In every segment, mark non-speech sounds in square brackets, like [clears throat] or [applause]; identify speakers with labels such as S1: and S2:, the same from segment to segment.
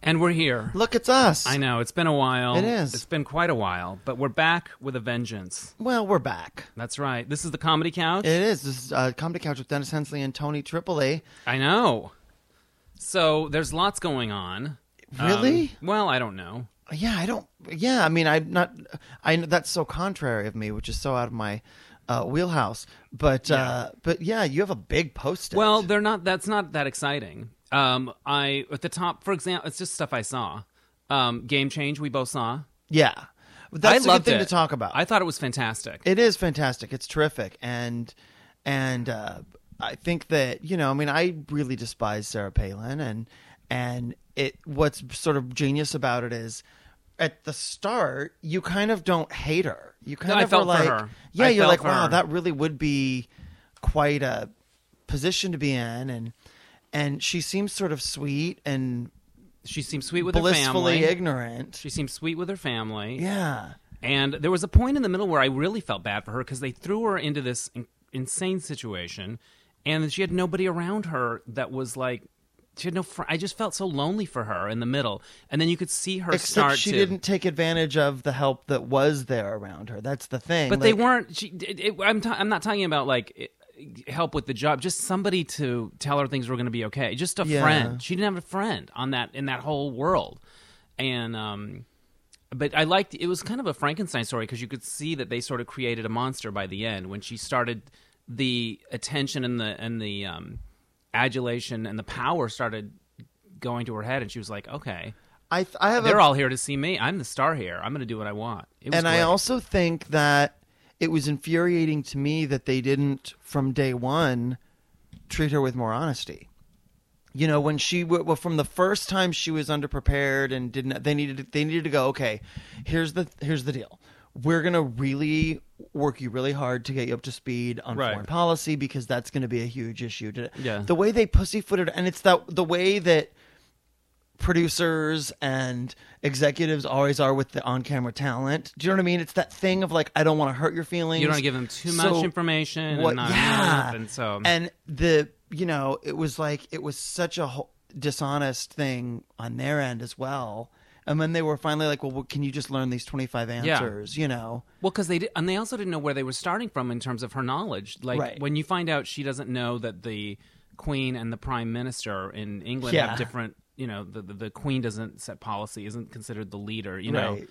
S1: And we're here.
S2: Look, it's us.
S1: I know, it's been a while.
S2: It is.
S1: It's been quite a while, but we're back with a vengeance.
S2: Well, we're back.
S1: That's right. This is the Comedy Couch.
S2: It is. This is uh, Comedy Couch with Dennis Hensley and Tony Tripoli.
S1: I know. So there's lots going on. Um,
S2: Really?
S1: well, I don't know.
S2: yeah, I don't. Yeah, I mean, I'm not. I know that's so contrary of me, which is so out of my uh, wheelhouse. But uh, but yeah, you have a big post.
S1: Well, they're not. That's not that exciting. Um, I at the top, for example, it's just stuff I saw. Um, Game change. We both saw.
S2: yeah, that's
S1: I
S2: a
S1: loved
S2: good thing
S1: it.
S2: to talk about.
S1: I thought it was fantastic.
S2: It is fantastic. It's terrific, and and uh, I think that you know, I mean, I really despise Sarah Palin, and and it what's sort of genius about it is at the start you kind of don't hate her. You kind
S1: I
S2: of
S1: felt
S2: are like,
S1: for her.
S2: yeah,
S1: I
S2: you're
S1: felt
S2: like,
S1: for
S2: wow,
S1: her.
S2: that really would be quite a position to be in, and and she seems sort of sweet and
S1: She seemed sweet with her
S2: blissfully
S1: family.
S2: ignorant.
S1: she seemed sweet with her family.
S2: Yeah.
S1: And there was a point in the middle where I really felt bad for her because they threw her into this in- insane situation, and she had nobody around her that was like. She had no. Fr- I just felt so lonely for her in the middle, and then you could see her
S2: Except
S1: start.
S2: she
S1: to-
S2: didn't take advantage of the help that was there around her. That's the thing.
S1: But they
S2: Like,
S1: weren't. She, it, it, I'm, ta- I'm not talking about like it- help with the job. Just somebody to tell her things were going to be okay. Just a
S2: Yeah.
S1: friend. She didn't have a friend on that in that whole world. And um, but I liked. It was kind of a Frankenstein story because you could see that they sort of created a monster by the end when she started the attention and the and the um, adulation and the power started going to her head, and she was like, okay.
S2: I th- I have
S1: They're
S2: a,
S1: all here to see me. I'm the star here. I'm going to do what I want. It was
S2: and I
S1: great.
S2: also think that it was infuriating to me that they didn't from day one treat her with more honesty. You know, when she w- well, from the first time she was underprepared and didn't they needed they needed to go okay, here's the here's the deal. We're going to really work you really hard to get you up to speed on
S1: Right.
S2: foreign policy because that's going to be a huge issue. to-
S1: Yeah.
S2: The way they pussyfooted and it's that the way that producers and executives always are with the on-camera talent. Do you know what I mean? It's that thing of like, I don't want to hurt your feelings.
S1: You don't wanna give them too
S2: So
S1: much information
S2: what-
S1: and not
S2: yeah.
S1: enough, and so
S2: And the you know, it was like it was such a ho- dishonest thing on their end as well. And then they were finally like, well, well, can you just learn these twenty-five answers? You know,
S1: well, because they did, and they also didn't know where they were starting from in terms of her knowledge. Like
S2: Right.
S1: when you find out she doesn't know that the queen and the prime minister in England
S2: Yeah.
S1: have different, you know, the, the the queen doesn't set policy, isn't considered the leader. You know,
S2: Right.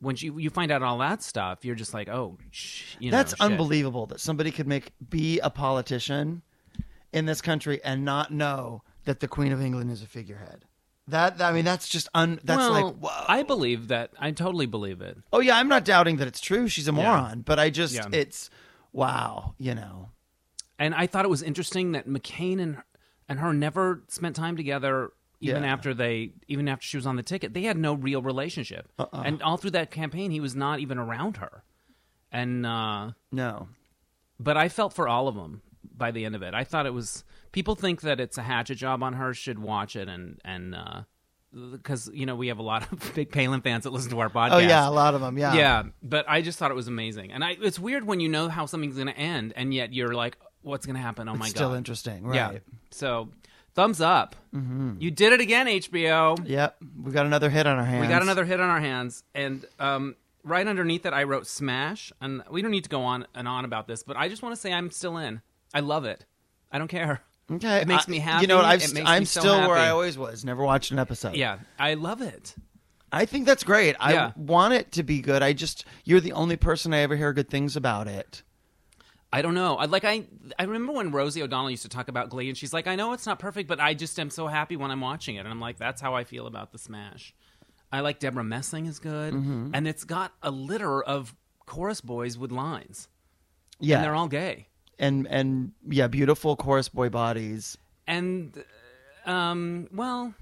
S1: when you you find out all that stuff, you're just like, oh, sh- you know,
S2: that's
S1: shit.
S2: unbelievable that somebody could make be a politician in this country and not know that the Queen of England is a figurehead. That I mean, that's just un. That's
S1: well,
S2: like whoa.
S1: I believe that. I totally believe it.
S2: Oh yeah, I'm not doubting that it's true. She's a moron, but I just
S1: Yeah.
S2: it's wow, you know.
S1: and I thought it was interesting that McCain and and her never spent time together even
S2: Yeah.
S1: after they even after she was on the ticket. They had no real relationship,
S2: Uh-uh.
S1: and all through that campaign, he was not even around her. And uh,
S2: No.
S1: but I felt for all of them by the end of it. I thought it was people think that it's a hatchet job on her should watch it and and uh, because you know we have a lot of [laughs] big Palin fans that listen to our podcast.
S2: Oh yeah, a lot of them, yeah.
S1: Yeah, but I just thought it was amazing, and I, it's weird when you know how something's going to end, and yet you're like, "What's going to happen?" Oh my god!
S2: Still interesting, right?
S1: Yeah. So, thumbs up. Mm-hmm. You did it again, HBO.
S2: Yep. We got another hit on our hands.
S1: We got another hit on our hands, and um, right underneath it, I wrote "Smash," and we don't need to go on and on about this, but I just want to say I'm still in. I love it. I don't care.
S2: Okay.
S1: It makes
S2: I-
S1: me
S2: You know what?
S1: happy.
S2: I've,
S1: It
S2: st-
S1: makes me
S2: I'm
S1: so
S2: still where
S1: happy.
S2: I always was. Never watched an episode.
S1: Yeah, I love it.
S2: I think that's great. I
S1: Yeah.
S2: want it to be good. I just you're the only person I ever hear good things about it.
S1: I don't know. I like I I remember when Rosie O'Donnell used to talk about Glee and she's like, I know it's not perfect, but I just am so happy when I'm watching it. And I'm like, that's how I feel about the Smash. I like Deborah Messing is good. And it's got a litter of chorus boys with lines.
S2: Yeah.
S1: And they're all gay.
S2: and and yeah, beautiful chorus boy bodies.
S1: And um well,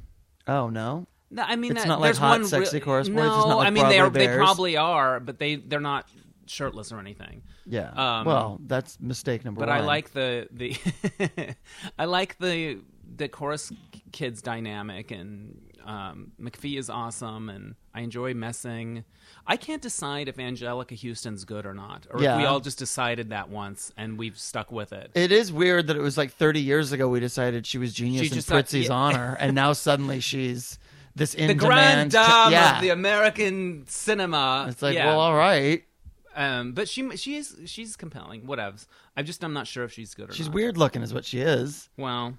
S2: Oh no.
S1: no, I mean
S2: It's
S1: that-
S2: not like
S1: there's
S2: hot,
S1: one
S2: sexy
S1: real-
S2: chorus boys.
S1: No,
S2: It's not like
S1: I mean they are
S2: Broadway
S1: they
S2: bears.
S1: probably are, but they they're not shirtless or anything.
S2: Yeah.
S1: Um,
S2: well, that's mistake number
S1: But
S2: one.
S1: I like the the [laughs] I like the the chorus kids dynamic and um, McPhee is awesome and I enjoy messing. I can't decide if Angelica Houston's good or not, or if we
S2: Yeah.
S1: all just decided that once and we've stuck with it.
S2: It is weird that it was like 30 years ago we decided she was genius
S1: She
S2: in
S1: just thought-
S2: Fritzi's
S1: [laughs] yeah.
S2: honor, and now suddenly she's this in
S1: the grand dame
S2: dam yeah.
S1: of the American cinema.
S2: it's like,
S1: Yeah.
S2: well, all right.
S1: um, but she she's she's compelling. Whatevs. I'm just I'm not sure if she's good or
S2: She's
S1: not.
S2: weird looking, is what she is.
S1: Well,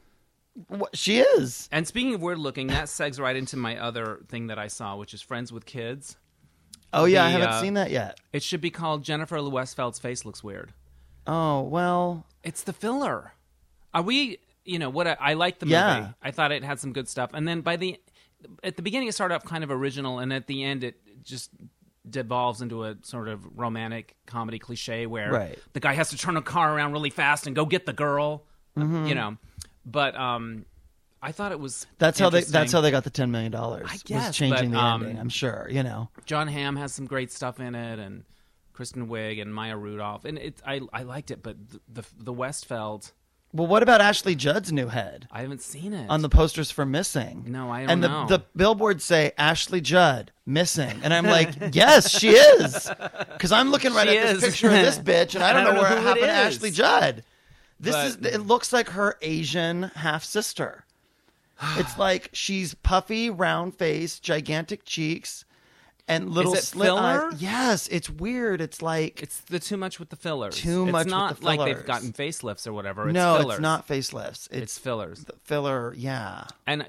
S2: What she is.
S1: and speaking of weird looking, that segs right into my other thing that I saw, which is Friends with Kids.
S2: Oh yeah, I
S1: The,
S2: haven't
S1: uh,
S2: seen that yet.
S1: It should be called Jennifer Westfeld's face looks weird.
S2: Oh well,
S1: It's the filler. Are we? You know what? I, I like the
S2: Yeah.
S1: movie. I thought it had some good stuff, and then by the at the beginning it started off kind of original, and at the end it just devolves into a sort of romantic comedy cliche where
S2: Right.
S1: the guy has to turn a car around really fast and go get the girl. uh,
S2: Mm-hmm.
S1: You know, but um, I thought it was
S2: that's how they
S1: interesting.
S2: that's how they got the ten million dollars.
S1: guess,
S2: was changing
S1: but,
S2: the
S1: um,
S2: ending. I'm sure. You know.
S1: John Hamm has some great stuff in it, and Kristen Wiig and Maya Rudolph, and it I I liked it, but the the, the Westfeld
S2: Well, what about Ashley Judd's new head
S1: I haven't seen it
S2: on the posters for Missing?
S1: No, I don't
S2: and the,
S1: know.
S2: the billboards say Ashley Judd missing, and I'm like, [laughs] yes, she is, because I'm looking right
S1: She
S2: at
S1: is.
S2: this picture
S1: [laughs]
S2: of this bitch, and I don't, know, where
S1: who
S2: it happened
S1: it
S2: to Ashley
S1: is.
S2: Judd. This
S1: But-
S2: is it looks like her Asian half
S1: [sighs]
S2: sister. It's like she's puffy, round face, gigantic cheeks, and little
S1: it
S2: slit
S1: filler?
S2: eyes. Yes, it's weird. It's like
S1: It's the too much with the fillers.
S2: Too
S1: it's
S2: much with
S1: not
S2: the
S1: like they've
S2: fillers.
S1: gotten facelifts or whatever. It's
S2: no,
S1: fillers.
S2: it's not facelifts.
S1: It's
S2: It's,
S1: fillers.
S2: filler. Yeah.
S1: And uh,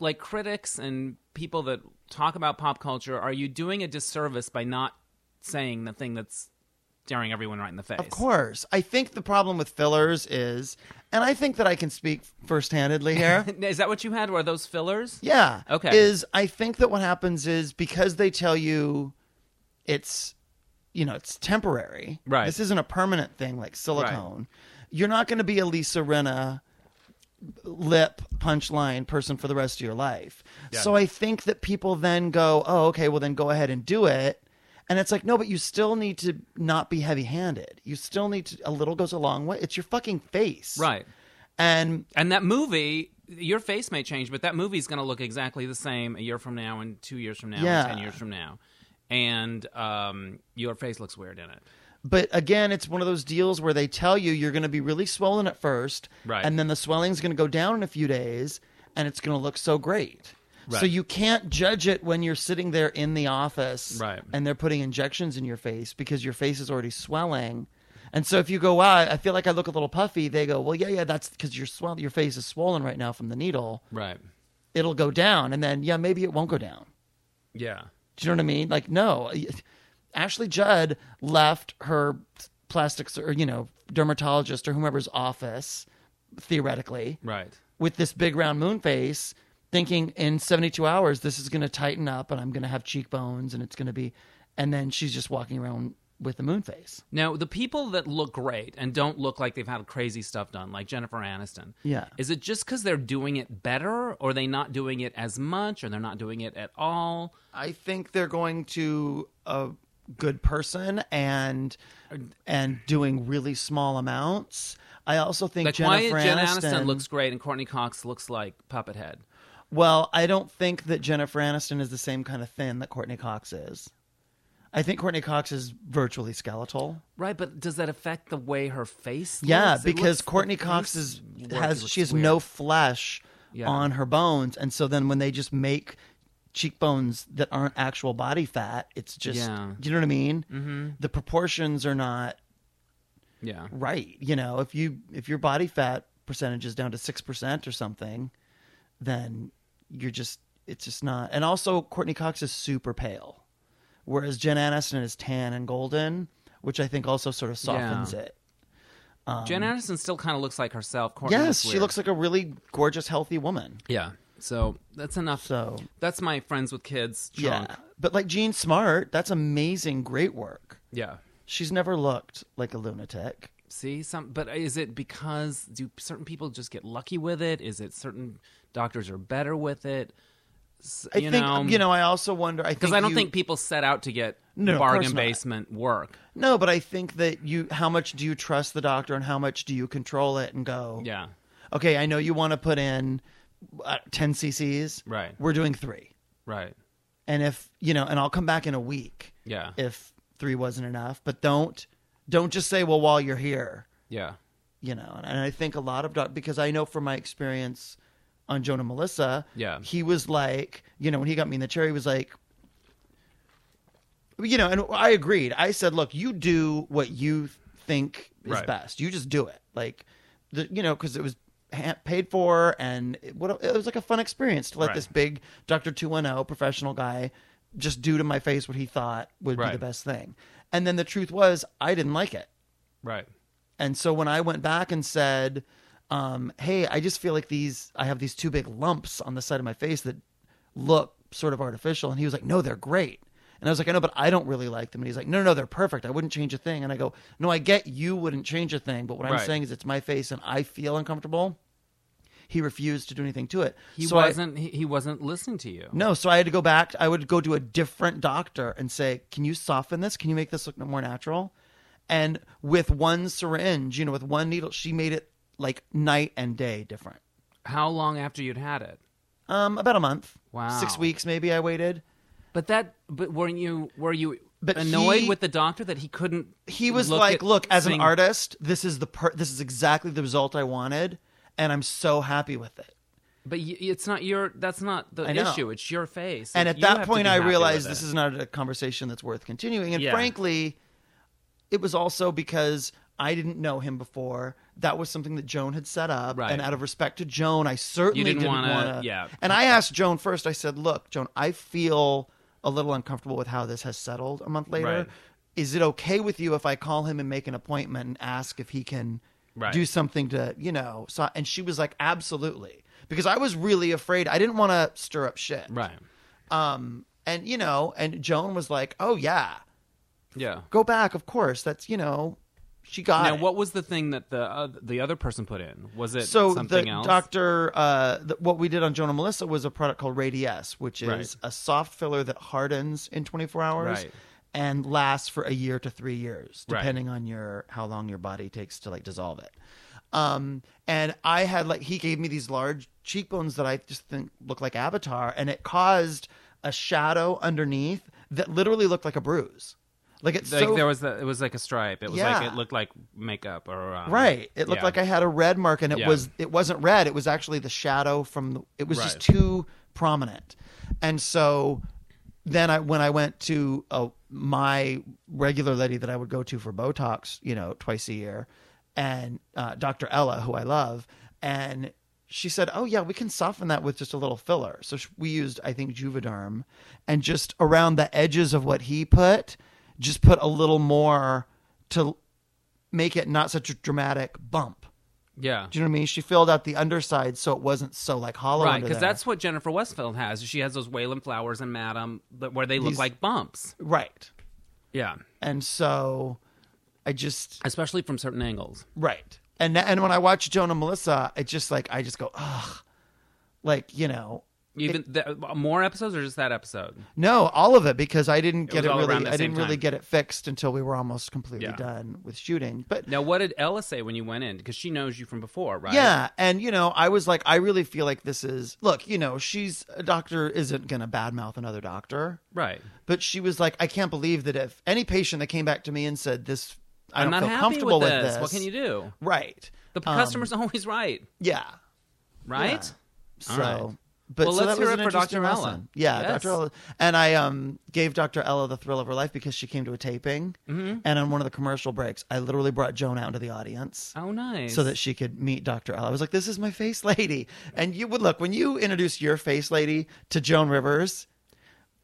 S1: like critics and people that talk about pop culture, are you doing a disservice by not saying the thing that's staring everyone right in the face?
S2: Of course. I think the problem with fillers is, and I think that I can speak first-handedly here.
S1: [laughs] Is that what you had? Were those fillers?
S2: yeah.
S1: Okay.
S2: Is I think that what happens is because they tell you it's, you know, it's temporary.
S1: Right.
S2: This isn't a permanent thing like silicone. You're not going to be a Lisa Rinna lip punchline person for the rest of your life.
S1: Yeah.
S2: So I think that people then go, oh, okay, well, then go ahead and do it. And it's like, no, but you still need to not be heavy handed. You still need to, a little goes a long way. It's your fucking face.
S1: Right.
S2: And
S1: And that movie, your face may change, but that movie's going to look exactly the same a year from now, and two years from now,
S2: Yeah.
S1: and ten years from now, and um, your face looks weird in it.
S2: But again, it's one of those deals where they tell you you're going to be really swollen at first,
S1: Right.
S2: and then the swelling's going to go down in a few days, and it's going to look so great. So
S1: Right.
S2: you can't judge it when you're sitting there in the office,
S1: Right.
S2: and they're putting injections in your face because your face is already swelling. And so if you go, wow, I feel like I look a little puffy, they go, well, yeah, yeah, that's because your swell, your face is swollen right now from the needle.
S1: Right.
S2: It'll go down, and then yeah, maybe it won't go down.
S1: Yeah.
S2: Do you know what I mean? Like, no. Ashley Judd left her plastics or, you know, dermatologist or whomever's office, theoretically,
S1: Right.
S2: with this big round moon face, thinking in 72 hours, this is going to tighten up and I'm going to have cheekbones and it's going to be. And then she's just walking around with a moon face.
S1: Now, the people that look great and don't look like they've had crazy stuff done, like Jennifer Aniston,
S2: Yeah.
S1: is it just because they're doing it better, or they not doing it as much, or they're not doing it at all?
S2: I think they're going to a good person and and doing really small amounts. I also think
S1: Like,
S2: Jennifer
S1: why Jen
S2: Aniston,
S1: Aniston looks great and Courtney Cox looks like puppet head?
S2: Well, I don't think that Jennifer Aniston is the same kind of thin that Courtney Cox is. I think Courtney Cox is virtually skeletal.
S1: Right, but does that affect the way her face?
S2: Yeah,
S1: looks? It
S2: because
S1: looks- the
S2: Courtney
S1: face
S2: Cox is
S1: work
S2: has
S1: looks
S2: she has
S1: weird.
S2: no flesh
S1: Yeah.
S2: on her bones, and so then when they just make cheekbones that aren't actual body fat, it's just
S1: Yeah.
S2: you know what I mean. Mm-hmm. The proportions are not
S1: yeah,
S2: right. You know, if you if your body fat percentage is down to six percent or something, then you're just it's just not. And also, Courtney Cox is super pale, whereas Jen Aniston is tan and golden, which I think also sort of softens
S1: Yeah.
S2: it.
S1: Jen Aniston still kind of looks like herself. Courtney
S2: um, Yes, she
S1: weird.
S2: looks like a really gorgeous, healthy woman.
S1: yeah. So that's enough.
S2: So
S1: that's my friends with kids. Chunk.
S2: yeah, but like Jean Smart, that's amazing, great work.
S1: yeah.
S2: She's never looked like a lunatic.
S1: See some, but is it because do certain people just get lucky with it? Is it certain doctors are better with it? S-
S2: I think you know. I also wonder. I
S1: because I don't
S2: you-
S1: think people set out to get
S2: No, of course
S1: bargain
S2: not.
S1: basement work.
S2: No, but I think that you how much do you trust the doctor and how much do you control it and go,
S1: Yeah,
S2: okay, I know you want to put in uh, 10 cc's.
S1: Right.
S2: We're doing 3.
S1: right.
S2: And if, you know, and I'll come back in a week
S1: Yeah,
S2: if 3 wasn't enough, but don't don't just say, "Well, while you're here,
S1: yeah,
S2: you know." And I think a lot of doc- because I know from my experience on Jonah Melissa,
S1: Yeah.
S2: he was like, you know, when he got me in the chair, he was like, you know, and I agreed. I said, look, you do what you think is
S1: Right.
S2: best. You just do it, like, the, you know, because it was ha- paid for, and it, what it was like a fun experience to let
S1: Right.
S2: this big Doctor Two One Zero professional guy just do to my face what he thought would be
S1: Right.
S2: the best thing. And then the truth was, I didn't like it.
S1: Right.
S2: And so when I went back and said, um, "Hey, I just feel like these I have these two big lumps on the side of my face that look sort of artificial," and he was like, "No, they're great." And I was like, "I know, but I don't really like them." And he's like, "No, no, no, they're perfect. I wouldn't change a thing." And I go, "No, I get you wouldn't change a thing, but what I'm
S1: Right.
S2: saying is it's my face and I feel uncomfortable." He refused to do anything to it.
S1: He
S2: So I-
S1: wasn't. he, he wasn't listening to you.
S2: no, so I had to go back. I would go to a different doctor and say, "Can you soften this? Can you make this look more natural?" And with one syringe, you know, with one needle, she made it like night and day different.
S1: How long after you'd had it?
S2: Um, about a month,
S1: Wow.
S2: six weeks maybe. I waited.
S1: But that. But weren't you? Were you
S2: But
S1: annoyed
S2: he-
S1: with the doctor that he couldn't?
S2: He was
S1: look
S2: like,
S1: at
S2: "Look, as an
S1: thing-
S2: artist, this is the per- this is exactly the result I wanted, and I'm so happy with it."
S1: But y- it's not your. That's not the
S2: I know.
S1: issue. It's your face.
S2: And
S1: Like,
S2: at
S1: you have
S2: that
S1: to
S2: point,
S1: be
S2: I
S1: happy with
S2: realized
S1: it.
S2: this is not a conversation that's worth continuing. And
S1: Yeah.
S2: frankly, it was also because I didn't know him before. That was something that Joan had set up,
S1: Right.
S2: and out of respect to Joan, I certainly
S1: didn't
S2: want
S1: wanna-
S2: to.
S1: yeah.
S2: And I asked Joan first. I said, "Look, Joan, I feel a little uncomfortable with how this has settled a month later.
S1: Right.
S2: Is it okay with you if I call him and make an appointment and ask if he can
S1: Right.
S2: do something to, you know?" So, and she was like, "Absolutely," because I was really afraid. I didn't want to stir up shit.
S1: right.
S2: Um, and you know, and Joan was like, "Oh yeah,
S1: Yeah.
S2: go back. Of course, that's you know, she got
S1: Now,
S2: it."
S1: what was the thing that the uh, the other person put in? Was it
S2: so
S1: something
S2: the
S1: else?
S2: doctor, uh, the, what we did on Joan and Melissa was a product called Radies, which is
S1: Right.
S2: a soft filler that hardens in 24 hours
S1: Right.
S2: and lasts for a year to three years,
S1: Right.
S2: depending on your how long your body takes to like dissolve it. Um, and I had like he gave me these large cheekbones that I just think look like Avatar, and it caused a shadow underneath that literally looked like a bruise. Like it's
S1: like
S2: so
S1: there was the, it was like a stripe. It was
S2: Yeah.
S1: like it looked like makeup or um,
S2: Right. It looked
S1: yeah.
S2: like I had a red mark, and it
S1: Yeah.
S2: was it wasn't red. It was actually the shadow from the. It was just
S1: Right.
S2: too prominent, and so then I when I went to uh my regular lady that I would go to for Botox, you know, twice a year, and uh, Dr. Ella, who I love, and she said, "Oh yeah, we can soften that with just a little filler." So sh- we used, I think, Juvederm, and just around the edges of what he put, just put a little more to make it not such a dramatic bump.
S1: yeah.
S2: Do you know what I mean? She filled out the underside so it wasn't so like hollow.
S1: Right,
S2: under
S1: because
S2: there.
S1: that's what Jennifer Westfield has. She has those Wayland flowers and Madam that- where they look
S2: These-
S1: like bumps.
S2: right.
S1: Yeah,
S2: And so I just
S1: especially from certain angles.
S2: right. And and when I watch Joan and Melissa, it just like I just go ugh, like you know.
S1: Even the, uh, more episodes or just that episode?
S2: No, all of it because I didn't get
S1: was
S2: it,
S1: all around
S2: really.
S1: the
S2: I didn't
S1: same
S2: really
S1: time.
S2: get it fixed until we were almost completely
S1: Yeah.
S2: done with shooting. But
S1: Now, what did Ella say when you went in? Because she knows you from before, right?
S2: Yeah, and you know, I was like, I really feel like this is look. You know, she's a doctor isn't gonna badmouth another doctor.
S1: right.
S2: but she was like, I can't believe that if any patient that came back to me and said this, I
S1: I'm
S2: don't
S1: not
S2: feel
S1: happy
S2: comfortable
S1: with,
S2: with,
S1: this. What can you do?
S2: Right.
S1: The
S2: Um,
S1: customer's [laughs] always right,
S2: Yeah.
S1: right?
S2: So,
S1: All right.
S2: but
S1: Well,
S2: so
S1: let's
S2: that
S1: hear
S2: was
S1: it
S2: an
S1: for Dr.
S2: interesting
S1: Ella.
S2: lesson. Yeah,
S1: Yes.
S2: Dr. Ella. And I um gave Dr. Ella the thrill of her life because she came to a taping,
S1: Mm-hmm.
S2: and on one of the commercial breaks, I literally brought Joan out into the audience.
S1: Oh, nice.
S2: So that she could meet Dr. Ella. I was like, this is my face lady. And you would look, when you introduce your face lady to Joan Rivers,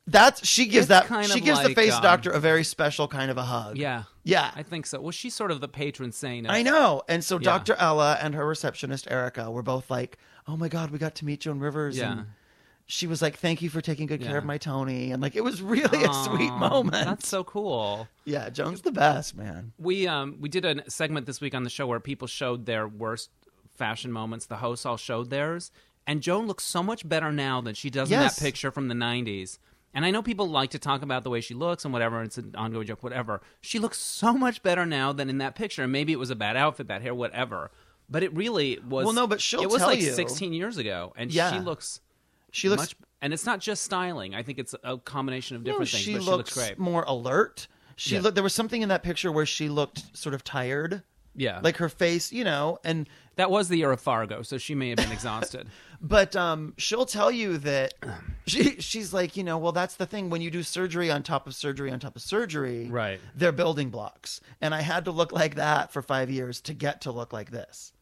S2: that's she gives
S1: It's
S2: that
S1: kind
S2: she
S1: of
S2: gives the
S1: like,
S2: face
S1: um,
S2: doctor a very special kind of a hug.
S1: yeah,
S2: Yeah.
S1: I think so. Well, she's sort of the patron saint. Of,
S2: I know. And so
S1: Yeah.
S2: Dr. Ella and her receptionist Erica were both like, "Oh my god, we got to meet Joan Rivers."
S1: Yeah.
S2: And she was like, "Thank you for taking good care
S1: Yeah.
S2: of my Tony." And like it was really a sweet
S1: Aw,
S2: moment.
S1: um, That's so cool.
S2: [laughs] Yeah, Joan's the best, man.
S1: We um we did a segment this week on the show where people showed their worst fashion moments. The hosts all showed theirs, and Joan looks so much better now than she does
S2: Yes.
S1: in that picture from the '90s. And I know people like to talk about the way she looks and whatever. It's an ongoing joke, whatever. She looks so much better now than in that picture. And maybe it was a bad outfit, bad hair, whatever. But it really was.
S2: Well, no, but she'll
S1: it was
S2: tell
S1: like
S2: you.
S1: 16 years ago, and
S2: Yeah.
S1: she looks
S2: She looks [laughs]
S1: much. And it's not just styling. I think it's a combination of
S2: no,
S1: different things.
S2: she,
S1: but
S2: looks
S1: she looks great.
S2: more alert. She
S1: Yeah.
S2: looked there was something in that picture where she looked sort of tired.
S1: Yeah.
S2: like her face, you know, and
S1: that was the era of Fargo, so she may have been
S2: [laughs]
S1: exhausted.
S2: but um she'll tell you
S1: [clears throat]
S2: that she she's like, you know, well that's the thing when you do surgery on top of surgery on top of surgery,
S1: Right.
S2: They're building blocks. And I had to look like that for 5 years to get to look like this.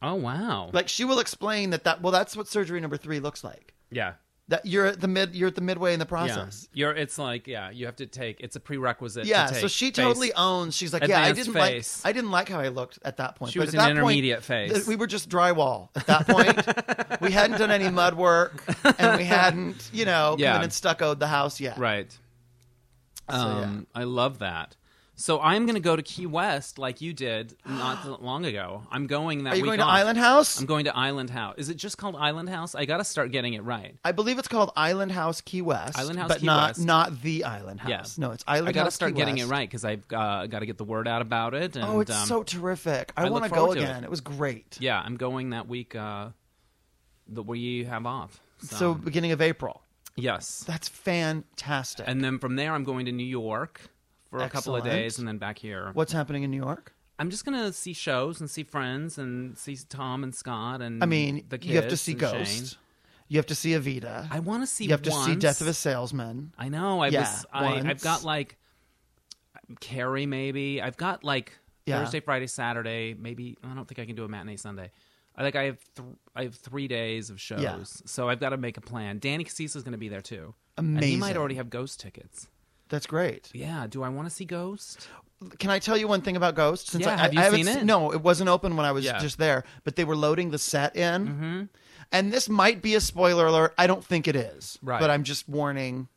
S1: oh wow.
S2: Like she will explain that that well that's what surgery number 3 looks like.
S1: yeah.
S2: That you're at the mid you're at the midway in the
S1: Yeah.
S2: process.
S1: You're it's like, yeah, you have to take it's a prerequisite to
S2: Yeah,
S1: take
S2: so she
S1: face.
S2: totally owns. She's like, yeah, I
S1: Advanced
S2: didn't
S1: face.
S2: like, I didn't like how I looked at that point.
S1: She
S2: but
S1: was
S2: at that
S1: an intermediate
S2: point,
S1: face.
S2: th- we were just drywall at that
S1: [laughs]
S2: point. we hadn't done any mud work, and we hadn't, you know,
S1: Yeah.
S2: come in and stuccoed the house yet.
S1: Right.
S2: yeah.
S1: Um, I love that. So I'm going to go to Key West like you did not
S2: [gasps]
S1: that long ago. I'm going that
S2: Are you
S1: week
S2: going to
S1: off.
S2: Island House?
S1: I'm going to Island House. Is it just called Island House? I got to start getting it right.
S2: I believe it's called Island House Key West.
S1: Island House
S2: but
S1: Key
S2: not
S1: West.
S2: not the Island House.
S1: Yeah.
S2: No, it's Island
S1: I got to
S2: House
S1: start
S2: Key
S1: getting
S2: West.
S1: it right because I've uh, got to get the word out about it. And,
S2: Oh, it's
S1: um,
S2: so terrific! I,
S1: I
S2: want
S1: look
S2: to go
S1: forward to
S2: again.
S1: it.
S2: It. was great.
S1: yeah. I'm going that week uh, that we have off. So,
S2: So beginning of April.
S1: yes,
S2: That's fantastic.
S1: and then from there I'm going to New York for a couple of
S2: Excellent.
S1: days and then back here.
S2: What's happening in New York?
S1: I'm just gonna see shows and see friends and see Tom and Scott and
S2: I mean,
S1: Mm, the
S2: you have to
S1: kids
S2: see
S1: and Shane.
S2: Ghost. You have to see Evita.
S1: I want to see.
S2: you have to see
S1: once.
S2: Death of a Salesman.
S1: I know. I
S2: Yeah,
S1: was. I, I've
S2: once.
S1: got like Carrie. Maybe I've got like
S2: Yeah.
S1: Thursday, Friday, Saturday. Maybe I don't think I can do a matinee Sunday. I like I have th- I have three days of shows,
S2: Yeah.
S1: so I've got to make a plan. Danny Casisa is going to be there too. And he might
S2: Amazing.
S1: already have Ghost tickets.
S2: That's great.
S1: Yeah. Do I want to see Ghost?
S2: Can I tell you one thing about Ghost? Since
S1: Yeah,
S2: I,
S1: have you
S2: I haven't
S1: seen
S2: se-
S1: it?
S2: No, it wasn't open when I was
S1: Yeah.
S2: just there, but they were loading the set in. Mm-hmm. And this might be a spoiler alert. I don't think it is,
S1: Right.
S2: but I'm just warning.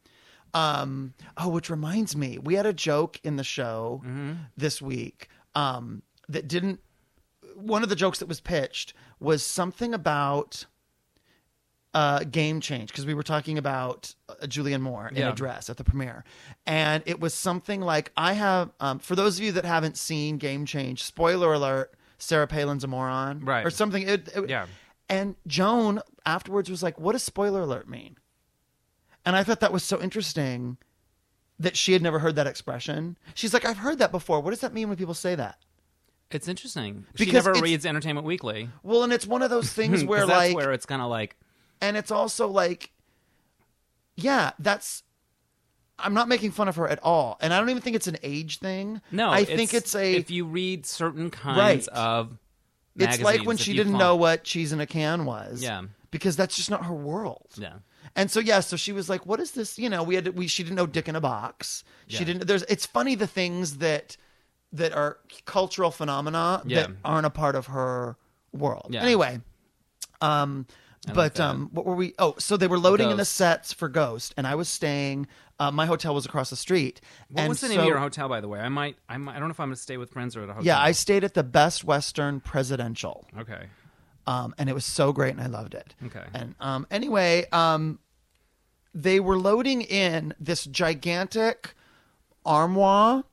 S2: Um, oh, which reminds me, we had a joke in the show
S1: Mm-hmm.
S2: this week um, that didn't. One of the jokes that was pitched was something about uh, game change because we were talking about uh, Julian Moore in
S1: Yeah.
S2: a dress at the premiere, and it was something like I have. Um, for those of you that haven't seen Game Change, spoiler alert: Sarah Palin's a moron,
S1: Right.
S2: or something. It, it-
S1: Yeah.
S2: And Joan afterwards was like, "What does spoiler alert mean?" And I thought that was so interesting that she had never heard that expression. She's like, "I've heard that before. What does that mean when people say that?"
S1: It's interesting. she
S2: Because
S1: never
S2: it's-
S1: reads Entertainment Weekly.
S2: Well, and it's one of those
S1: [laughs]
S2: things
S1: 'cause
S2: where
S1: that's
S2: like
S1: where it's kind of like
S2: and it's also like yeah that's i'm not making fun of her at all and i don't even think it's an age thing
S1: No,
S2: i think it's a
S1: if you read certain kinds
S2: Right.
S1: of
S2: it's like when
S1: magazines, if
S2: she
S1: you
S2: didn't
S1: follow-
S2: know what cheese in a can was
S1: Yeah.
S2: because that's just not her world
S1: Yeah.
S2: and so yeah so she was like what is this you know we had to, we she didn't know dick in a box she
S1: Yeah.
S2: didn't there's it's funny the things that that are cultural phenomena
S1: Yeah.
S2: that aren't a part of her world
S1: Yeah.
S2: anyway um but
S1: that.
S2: um what were we oh so they were loading in the
S1: Ghost.
S2: sets for ghost and i was staying uh, my hotel was across the street
S1: What
S2: and
S1: was the
S2: so,
S1: name of your hotel, by the way? I might, I might, I don't know if I'm going to stay with friends or at a hotel.
S2: yeah i stayed at the best western presidential
S1: Okay.
S2: um, and it was so great, and I loved it.
S1: Okay.
S2: And um, anyway, um, they were loading in this gigantic armoire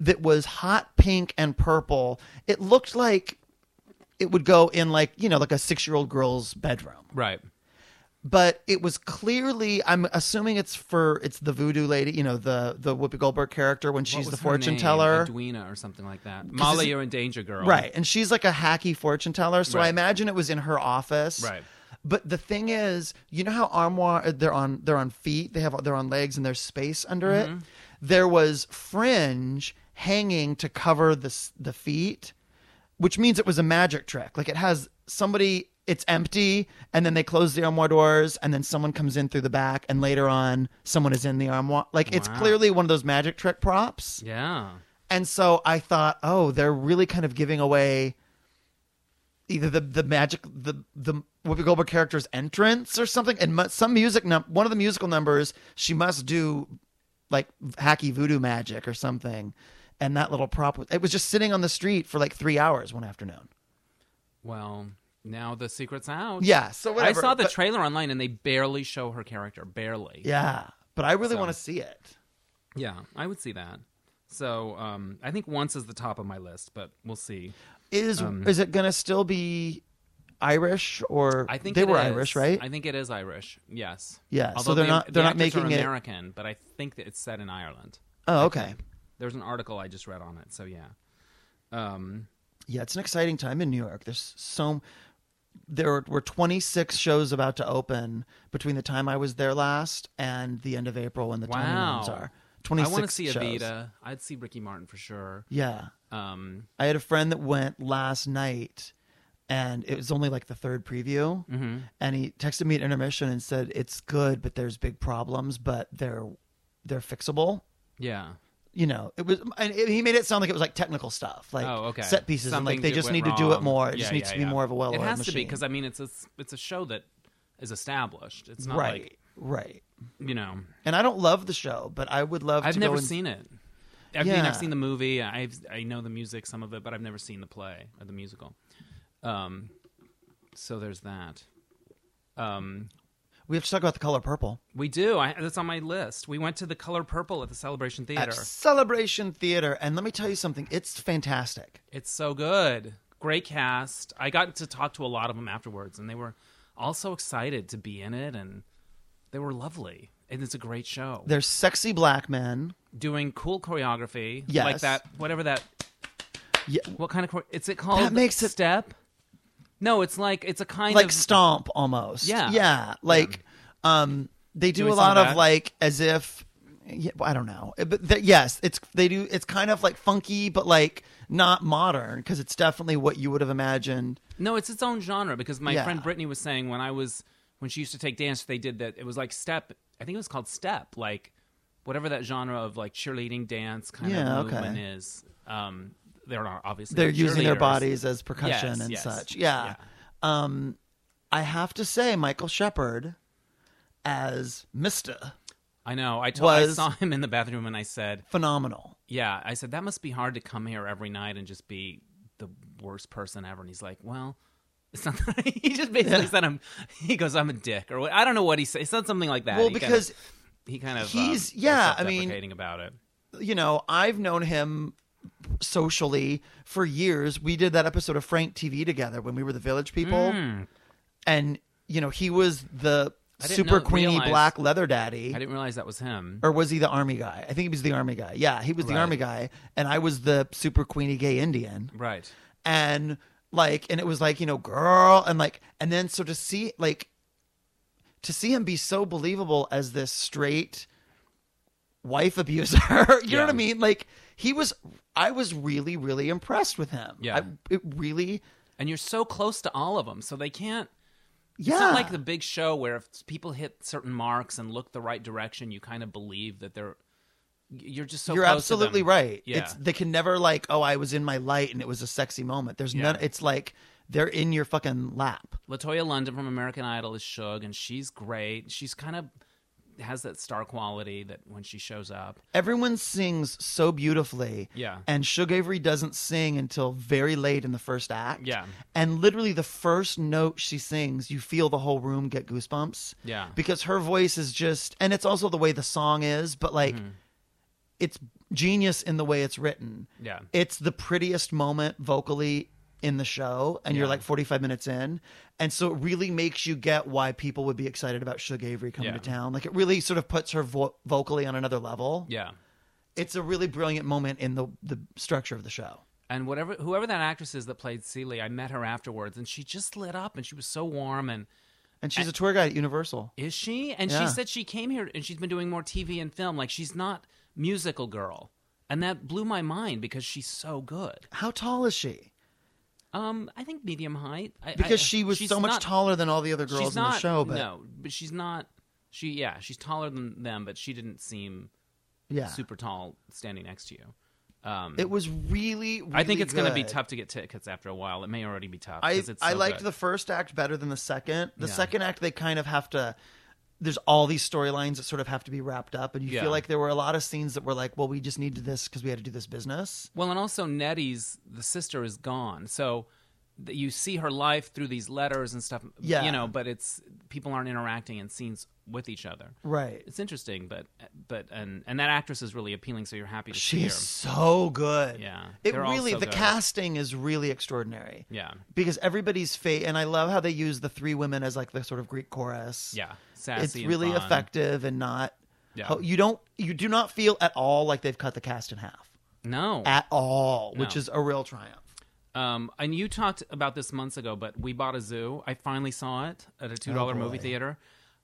S2: that was hot pink and purple. It looked like it would go in like you know like a six year old girl's bedroom,
S1: Right.
S2: but it was clearly I'm assuming it's for it's the voodoo lady, you know the the Whoopi Goldberg character when
S1: What
S2: she's
S1: was
S2: the
S1: her
S2: fortune
S1: name?
S2: teller.
S1: Edwina or something like that. Molly,
S2: it's-
S1: you're in danger, girl.
S2: Right. And she's like a hacky fortune teller. So I
S1: Right.
S2: imagine it was in her office.
S1: Right.
S2: But the thing is, you know how armoire uh, they're on they're on feet, they have they're on legs and there's space under
S1: Mm-hmm.
S2: it. There was fringe hanging to cover the s- the feet, which means it was a magic trick. Like it has somebody it's empty and then they close the armoire doors and then someone comes in through the back and later on someone is in the armoire. Like it's
S1: Wow.
S2: clearly one of those magic trick props.
S1: Yeah.
S2: And so I thought, oh, they're really kind of giving away either the the magic the the Whoopi Goldberg character's entrance or something, and mu- some music num- one of the musical numbers she must do like hacky voodoo magic or something, and that little prop was, it was just sitting on the street for like three hours one afternoon.
S1: Well, now the secret's out.
S2: Yeah, so
S1: I
S2: whatever.
S1: saw the
S2: but-
S1: trailer online and they barely show her character. Barely.
S2: yeah, but I really want to see it.
S1: Yeah, I would see that. So um, I think once is the top of my list, but we'll see.
S2: Is
S1: Um,
S2: is it gonna still be Irish or
S1: I think
S2: they
S1: it
S2: were
S1: is.
S2: Irish, right?
S1: I think it is Irish. Yes.
S2: Yeah, so
S1: Although
S2: they're
S1: the-
S2: not-
S1: the
S2: they're not
S1: actors are
S2: making it-
S1: American, but I think that it's set in Ireland.
S2: oh, okay.
S1: There's an article I just read on it. So yeah. Um,
S2: yeah, it's an exciting time in New York. There's so there were 26 shows about to open between the time I was there last and the end of April when the Tony
S1: Wow.
S2: Awards are.
S1: I
S2: 26
S1: want to see
S2: shows.
S1: Evita. I'd see Ricky Martin for sure.
S2: Yeah.
S1: Um,
S2: I had a friend that went last night and it was only like the third preview
S1: Mm-hmm.
S2: and he texted me at intermission and said it's good but there's big problems but they're they're fixable.
S1: yeah.
S2: You know, it was and it, he made it sound like it was like technical stuff, like
S1: oh, okay.
S2: set pieces and like
S1: Something
S2: they
S1: that
S2: just
S1: went
S2: need to do it
S1: wrong.
S2: more. It
S1: Yeah,
S2: just needs
S1: yeah,
S2: to be
S1: yeah.
S2: more of a well-oiled
S1: It has
S2: machine.
S1: to be because I mean it's a it's a show that is established. It's not
S2: right.
S1: like
S2: right.
S1: you know.
S2: And I don't love the show, but I would love
S1: I've
S2: to
S1: never
S2: go and
S1: seen it. I mean,
S2: Yeah.
S1: I've seen the movie. I've I know the music, some of it, but I've never seen the play or the musical. Um, so there's that. Um,
S2: We have to talk about the color purple
S1: we do. I, that's on my list. We went to the Color Purple at the Celebration Theater.
S2: at Celebration Theater, and let me tell you something, it's fantastic.
S1: It's so good. Great cast. I got to talk to a lot of them afterwards, and they were all so excited to be in it, and they were lovely. And it's a great show.
S2: There's sexy black men.
S1: Doing cool choreography,
S2: Yes.
S1: like that, whatever that.
S2: Yeah.
S1: What kind of chore- is it called?
S2: That makes it-
S1: step. No, it's like it's a kind
S2: like
S1: of
S2: stomp almost.
S1: Yeah.
S2: yeah. Like, um, they do
S1: Doing
S2: a lot
S1: some
S2: of,
S1: of that.
S2: like as if, yeah, well, I don't know, Uh, but th- yes, it's they do. It's kind of like funky, but like not modern because it's definitely what you would have imagined.
S1: no, it's its own genre because my
S2: Yeah.
S1: friend Brittany was saying when I was when she used to take dance, they did that. It was like step. I think it was called step, like whatever that genre of like cheerleading dance kind
S2: Yeah,
S1: of movement
S2: okay.
S1: is. Um, they're not obviously
S2: They're using their
S1: cheerleaders.
S2: bodies as percussion
S1: Yes,
S2: and
S1: yes.
S2: such. Yeah.
S1: Yeah.
S2: Um, I have to say, Michael Shepard as Mister
S1: I know. I told. I
S2: was-
S1: saw him in the bathroom and I said,
S2: phenomenal.
S1: "Yeah." I said that must be hard to come here every night and just be the worst person ever. And he's like, "Well." It's not [laughs] he just basically said I'm. He goes, I'm a dick, or what- I don't know what he said. It's not something like that.
S2: Well,
S1: He kind of-
S2: because
S1: he kind of
S2: He's-
S1: um, was
S2: yeah, I mean-
S1: self-deprecating about it.
S2: you know, I've known him socially for years. We did that episode of Frank TV together when we were the Village People, and you know, he was the
S1: Hmm. I didn't
S2: super
S1: know-
S2: queenie
S1: realize-
S2: black leather daddy,
S1: I didn't realize that was him.
S2: or was he the army guy? I think he was the army guy. Yeah, he was the
S1: Right.
S2: army guy, and I was the super queenie gay Indian,
S1: Right.
S2: and like, and it was like you know, girl, and like, and then so to see like to see him be so believable as this straight wife abuser. [laughs] you know
S1: Yeah.
S2: what I mean? Like he was I was really really impressed with him.
S1: Yeah.
S2: I, it really
S1: And you're so close to all of them, so they can't.
S2: yeah.
S1: It's not like the big show where if people hit certain marks and look the right direction, you kind of believe that they're. You're just so.
S2: You're
S1: close
S2: absolutely
S1: to them.
S2: right.
S1: Yeah.
S2: It's they can never like, oh, I was in my light and it was a sexy moment. There's
S1: Yeah.
S2: none it's like they're in your fucking lap.
S1: Latoya London from American Idol is Shug, and she's great. She's kind of has that star quality that when she shows up.
S2: Everyone sings so beautifully.
S1: Yeah.
S2: And Suge Avery doesn't sing until very late in the first act.
S1: Yeah.
S2: And literally the first note she sings, you feel the whole room get goosebumps.
S1: Yeah.
S2: Because her voice is just and it's also the way the song is, but like
S1: Mm-hmm.
S2: it's genius in the way it's written.
S1: Yeah.
S2: It's the prettiest moment vocally in the show and you're
S1: Yeah.
S2: like 45 minutes in and so it really makes you get why people would be excited about Suge Avery coming
S1: Yeah.
S2: to town like it really sort of puts her vo- vocally on another level
S1: Yeah.
S2: it's a really brilliant moment in the the structure of the show.
S1: and whatever whoever that actress is that played Celie, I met her afterwards, and she just lit up, and she was so warm. And
S2: And she's a tour guide at Universal.
S1: is she? And she
S2: Yeah.
S1: said she came here, and she's been doing more TV and film. Like she's not musical girl, and that blew my mind because she's so good.
S2: How tall is she?
S1: Um, I think medium height I,
S2: Because
S1: I-
S2: she was
S1: she's
S2: so much
S1: not-
S2: taller than all the other
S1: She's
S2: girls in
S1: not
S2: the show. But
S1: no, but she's not. She yeah, she's taller than them, but she didn't seem
S2: yeah,
S1: super tall standing next to you. Um,
S2: it was really.
S1: I think
S2: really
S1: it's going to be
S2: good.
S1: tough to get tickets after a while. It may already be tough.
S2: I
S1: 'cause it's
S2: I
S1: so
S2: liked
S1: good.
S2: the first act better than the second. The
S1: Yeah.
S2: second act they kind of have to. There's all these storylines that sort of have to be wrapped up, and you
S1: Yeah.
S2: feel like there were a lot of scenes that were like, "Well, we just needed this because we had to do this business."
S1: Well, and also Nettie's the sister is gone, so th- you see her life through these letters and stuff.
S2: Yeah.
S1: you know, but it's people aren't interacting in scenes with each other.
S2: Right.
S1: It's interesting, but but and and that actress is really appealing, so you're happy to see
S2: She
S1: her.
S2: is so good.
S1: Yeah.
S2: It
S1: They're all
S2: really
S1: so
S2: the
S1: good.
S2: casting is really extraordinary.
S1: Yeah,
S2: because everybody's fate and i love how they use the three women as like the sort of greek chorus
S1: yeah, sassy.
S2: it's
S1: and
S2: really
S1: fun.
S2: effective and not
S1: Yeah.
S2: ho- you don't you do not feel at all like they've cut the cast in half
S1: No,
S2: at all which
S1: No.
S2: is a real triumph
S1: Um, and you talked about this months ago, but we bought a zoo. I finally saw it at a two dollar
S2: Oh, boy.
S1: movie theater.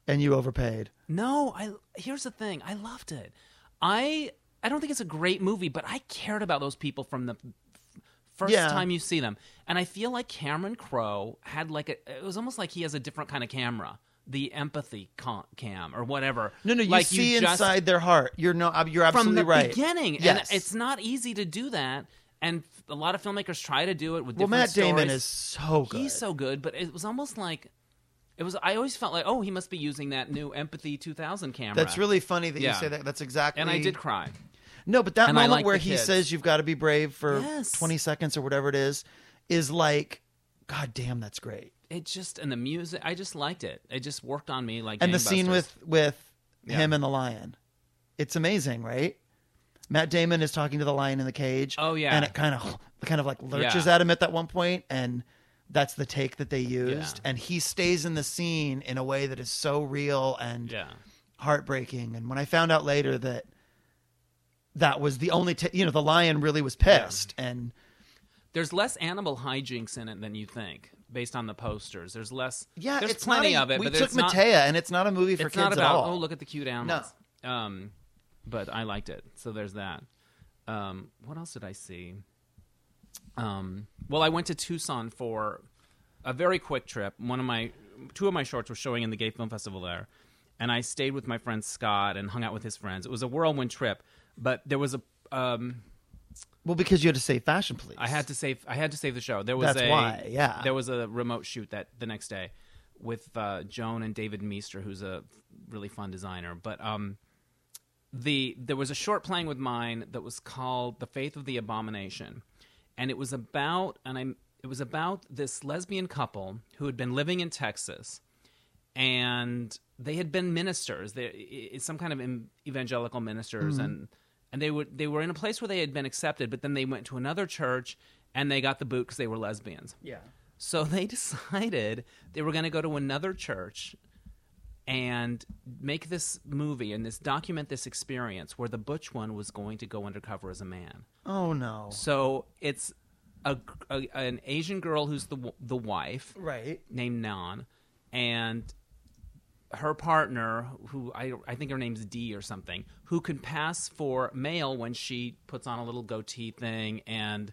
S2: and you overpaid.
S1: No, I here's the thing. I loved it. I I don't think it's a great movie, but I cared about those people from the f- first
S2: Yeah.
S1: time you see them. And I feel like Cameron Crowe had like a it was almost like he has a different kind of camera, the empathy con- cam or whatever.
S2: No, no, you
S1: like
S2: see
S1: you just,
S2: inside their heart. You're not. You're
S1: from
S2: absolutely
S1: the
S2: right.
S1: beginning.
S2: Yes.
S1: And it's not easy to do that. And a lot of filmmakers try to do it with
S2: well,
S1: different
S2: Matt Damon
S1: stories.
S2: is so good.
S1: He's so good, but it was almost like it was. I always felt like, oh, he must be using that new Empathy 2000 camera.
S2: That's really funny that
S1: Yeah.
S2: you say that. That's exactly.
S1: And I did cry.
S2: No, but that
S1: And I
S2: moment
S1: like
S2: where
S1: the
S2: he
S1: kids.
S2: says you've got to be brave for
S1: Yes.
S2: 20 seconds or whatever it is is like god damn that's great.
S1: It just and the music. I just liked it. It just worked on me like.
S2: And the scene
S1: gangbusters.
S2: with with
S1: Yeah.
S2: him and the lion. It's amazing, right? Matt Damon is talking to the lion in the cage.
S1: Oh, yeah.
S2: And it kind of [laughs] kind of like lurches
S1: Yeah.
S2: at him at that one point and that's the take that they used
S1: Yeah.
S2: and he stays in the scene in a way that is so real and
S1: yeah,
S2: heartbreaking. And when I found out later that that was the only, t- you know, the lion really was pissed, and
S1: there's less animal hijinks in it than you think, based on the posters. There's less.
S2: yeah,
S1: there's
S2: it's
S1: plenty
S2: not a,
S1: of it.
S2: We
S1: but
S2: took
S1: it's not,
S2: Matea, and it's not a movie for
S1: It's
S2: kids
S1: not about
S2: at all.
S1: oh look at the cute animals. Um, but I liked it, so there's that. Um, what else did I see? Um, well, I went to Tucson for a very quick trip. One of my two of my shorts were showing in the Gay Film Festival there, and I stayed with my friend Scott and hung out with his friends. It was a whirlwind trip, but there was a um,
S2: well, because you had to say fashion police.
S1: I had to save. I had to save the show. There was
S2: That's
S1: a
S2: why, yeah.
S1: There was a remote shoot that the next day with uh, Joan and David Meester, who's a really fun designer. But um, the there was a short playing with mine that was called "The Faith of the Abomination," and it was about and I'm it was about this lesbian couple who had been living in Texas, and they had been ministers. They i- i- some kind of em- evangelical ministers, and and they were they were in a place where they had been accepted, but then they went to another church and they got the boot because they were lesbians.
S2: yeah.
S1: So [laughs] they decided they were going to go to another church and make this movie and this document this experience where the butch one was going to go undercover as a man.
S2: Oh no.
S1: So it's a, a- an Asian girl who's the w- the wife
S2: Right.
S1: named Nan, and her partner, who I, I think her name's D or something, who can pass for male when she puts on a little goatee thing and,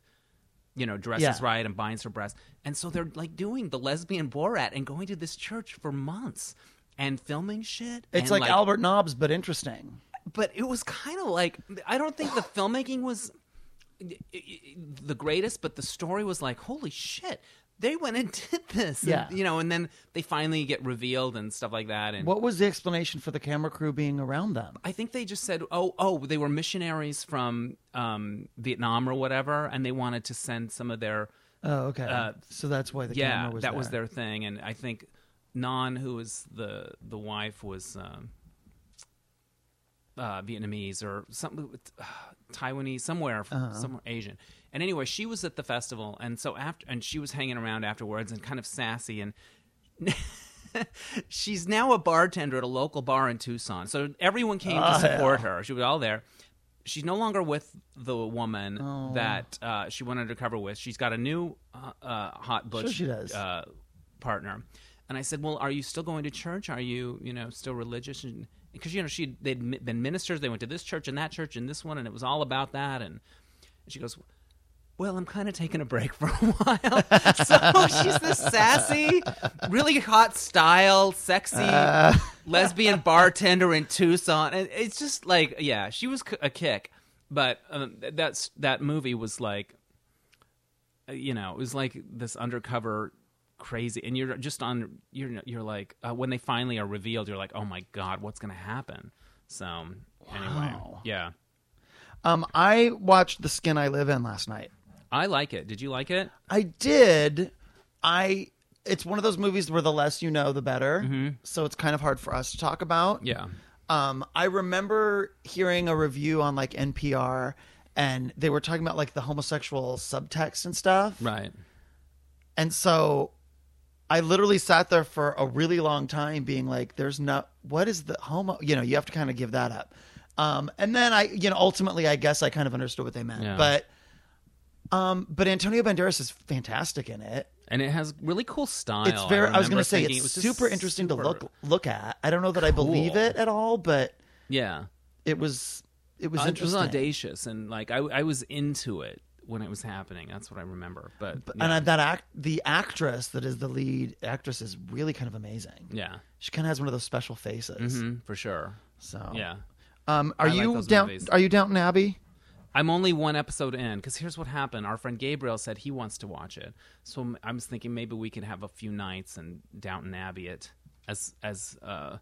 S1: you know, dresses
S2: Yeah.
S1: right and binds her breasts. And so they're like doing the lesbian Borat and going to this church for months and filming shit. and,
S2: It's like, Albert Nobbs, but interesting.
S1: but it was kind of like I don't think the filmmaking was the greatest, but the story was like, holy shit, they went and [laughs] did this, And,
S2: Yeah.
S1: you know, and then they finally get revealed and stuff like that, and
S2: What was the explanation for the camera crew being around them?
S1: I think they just said, oh, oh, they were missionaries from um, Vietnam or whatever, and they wanted to send some of their
S2: Oh, okay. so that's why the
S1: Uh, yeah,
S2: camera was
S1: that
S2: there.
S1: was their thing, and I think Nan, who was the the wife, was um, uh, Vietnamese or some uh, Taiwanese, somewhere, from
S2: Uh-huh.
S1: somewhere Asian. And anyway, she was at the festival, and so after, and she was hanging around afterwards, and kind of sassy, and [laughs] she's now a bartender at a local bar in Tucson. So everyone came
S2: Oh,
S1: to support her. She was all there. She's no longer with the woman
S2: Oh.
S1: that uh, she went undercover with. She's got a new uh, uh, hot butch
S2: she does.
S1: Uh, partner. And I said, "Well, are you still going to church? Are you, you know, still religious?" Because you know she they'd mi- been ministers. They went to this church and that church and this one, and it was all about that. And she goes, well, I'm kind of taking a break [laughs] for a while. so [laughs] she's this sassy, really hot style, sexy lesbian bartender in Tucson, and it's just like, yeah, she was c- a kick. But um, th- that's that movie was like, uh, you know, it was like this undercover crazy, and you're just on, you're you're like, uh, when they finally are revealed, you're like, oh my god, what's gonna happen? So anyway,
S2: Wow.
S1: yeah,
S2: Um, I watched The Skin I Live In last night.
S1: I like it. Did you like it?
S2: I did. I. It's one of those movies where the less you know, the better. So it's kind of hard for us to talk about.
S1: Mm-hmm. Yeah.
S2: Um, I remember hearing a review on like NPR, and they were talking about like the homosexual subtext and stuff.
S1: Right.
S2: And so, I literally sat there for a really long time, being like, "There's no what is the homo?" You know, you have to kind of give that up. Um, and then I, you know, ultimately, I guess I kind of understood what they meant,
S1: Yeah.
S2: but Um, but Antonio Banderas is fantastic in it.
S1: and it has really cool style.
S2: It's very. I, was going
S1: remember
S2: to say
S1: thinking
S2: it's
S1: it was just
S2: super interesting
S1: super-
S2: to look look at. I don't know that I believe
S1: cool.
S2: it at all, but
S1: Yeah,
S2: it was it was
S1: Uh, it was
S2: interesting.
S1: audacious, and like I, I was into it when it was happening. That's what I remember. But,
S2: But-
S1: yeah.
S2: And I, that act, the actress that is the lead actress is really kind of amazing.
S1: yeah,
S2: She kind of has one of those special faces.
S1: Mhm, for sure.
S2: So
S1: Yeah,
S2: Um, are
S1: I like
S2: you
S1: those
S2: down?
S1: movies.
S2: Are you Downton Abbey?
S1: I'm only one episode in because here's what happened. Our friend Gabriel said he wants to watch it, so m- I was thinking maybe we could have a few nights and Downton Abbey it as as uh,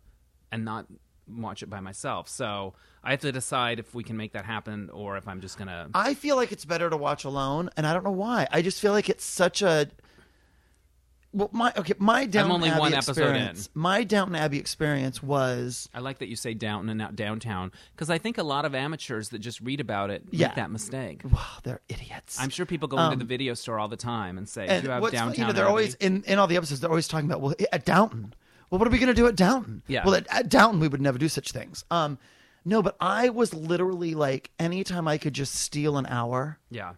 S1: and not watch it by myself. So I have to decide if we can make that happen or if I'm just gonna.
S2: I feel like it's better to watch alone, and I don't know why. I just feel like it's such a well, my okay, my Downton
S1: only
S2: Abbey
S1: one episode in.
S2: experience. My Downton Abbey experience was
S1: I like that you say Downton and not downtown because I think a lot of amateurs that just read about it
S2: Yeah.
S1: make that mistake.
S2: wow, they're idiots.
S1: I'm sure people go into the video store all the time and say,
S2: and
S1: "Do you have
S2: what's
S1: downtown?"
S2: funny, you know, they're always
S1: Abbey?"
S2: in in all the episodes. They're always talking about well at Downton. Well, what are we going to do at Downton?
S1: Yeah.
S2: Well, at, at Downton we would never do such things. Um, no, but I was literally like, anytime I could just steal an hour.
S1: yeah,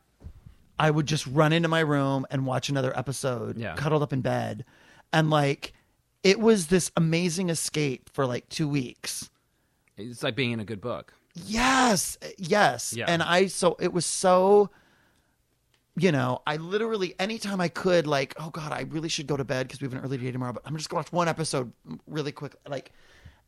S2: I would just run into my room and watch another episode,
S1: Yeah.
S2: cuddled up in bed. And like, it was this amazing escape for like two weeks.
S1: it's like being in a good book.
S2: Yes, yes.
S1: Yeah.
S2: And I, so it was so, you know, I literally, anytime I could, like, oh God, I really should go to bed because we have an early day tomorrow, but I'm just gonna watch one episode really quick. Like,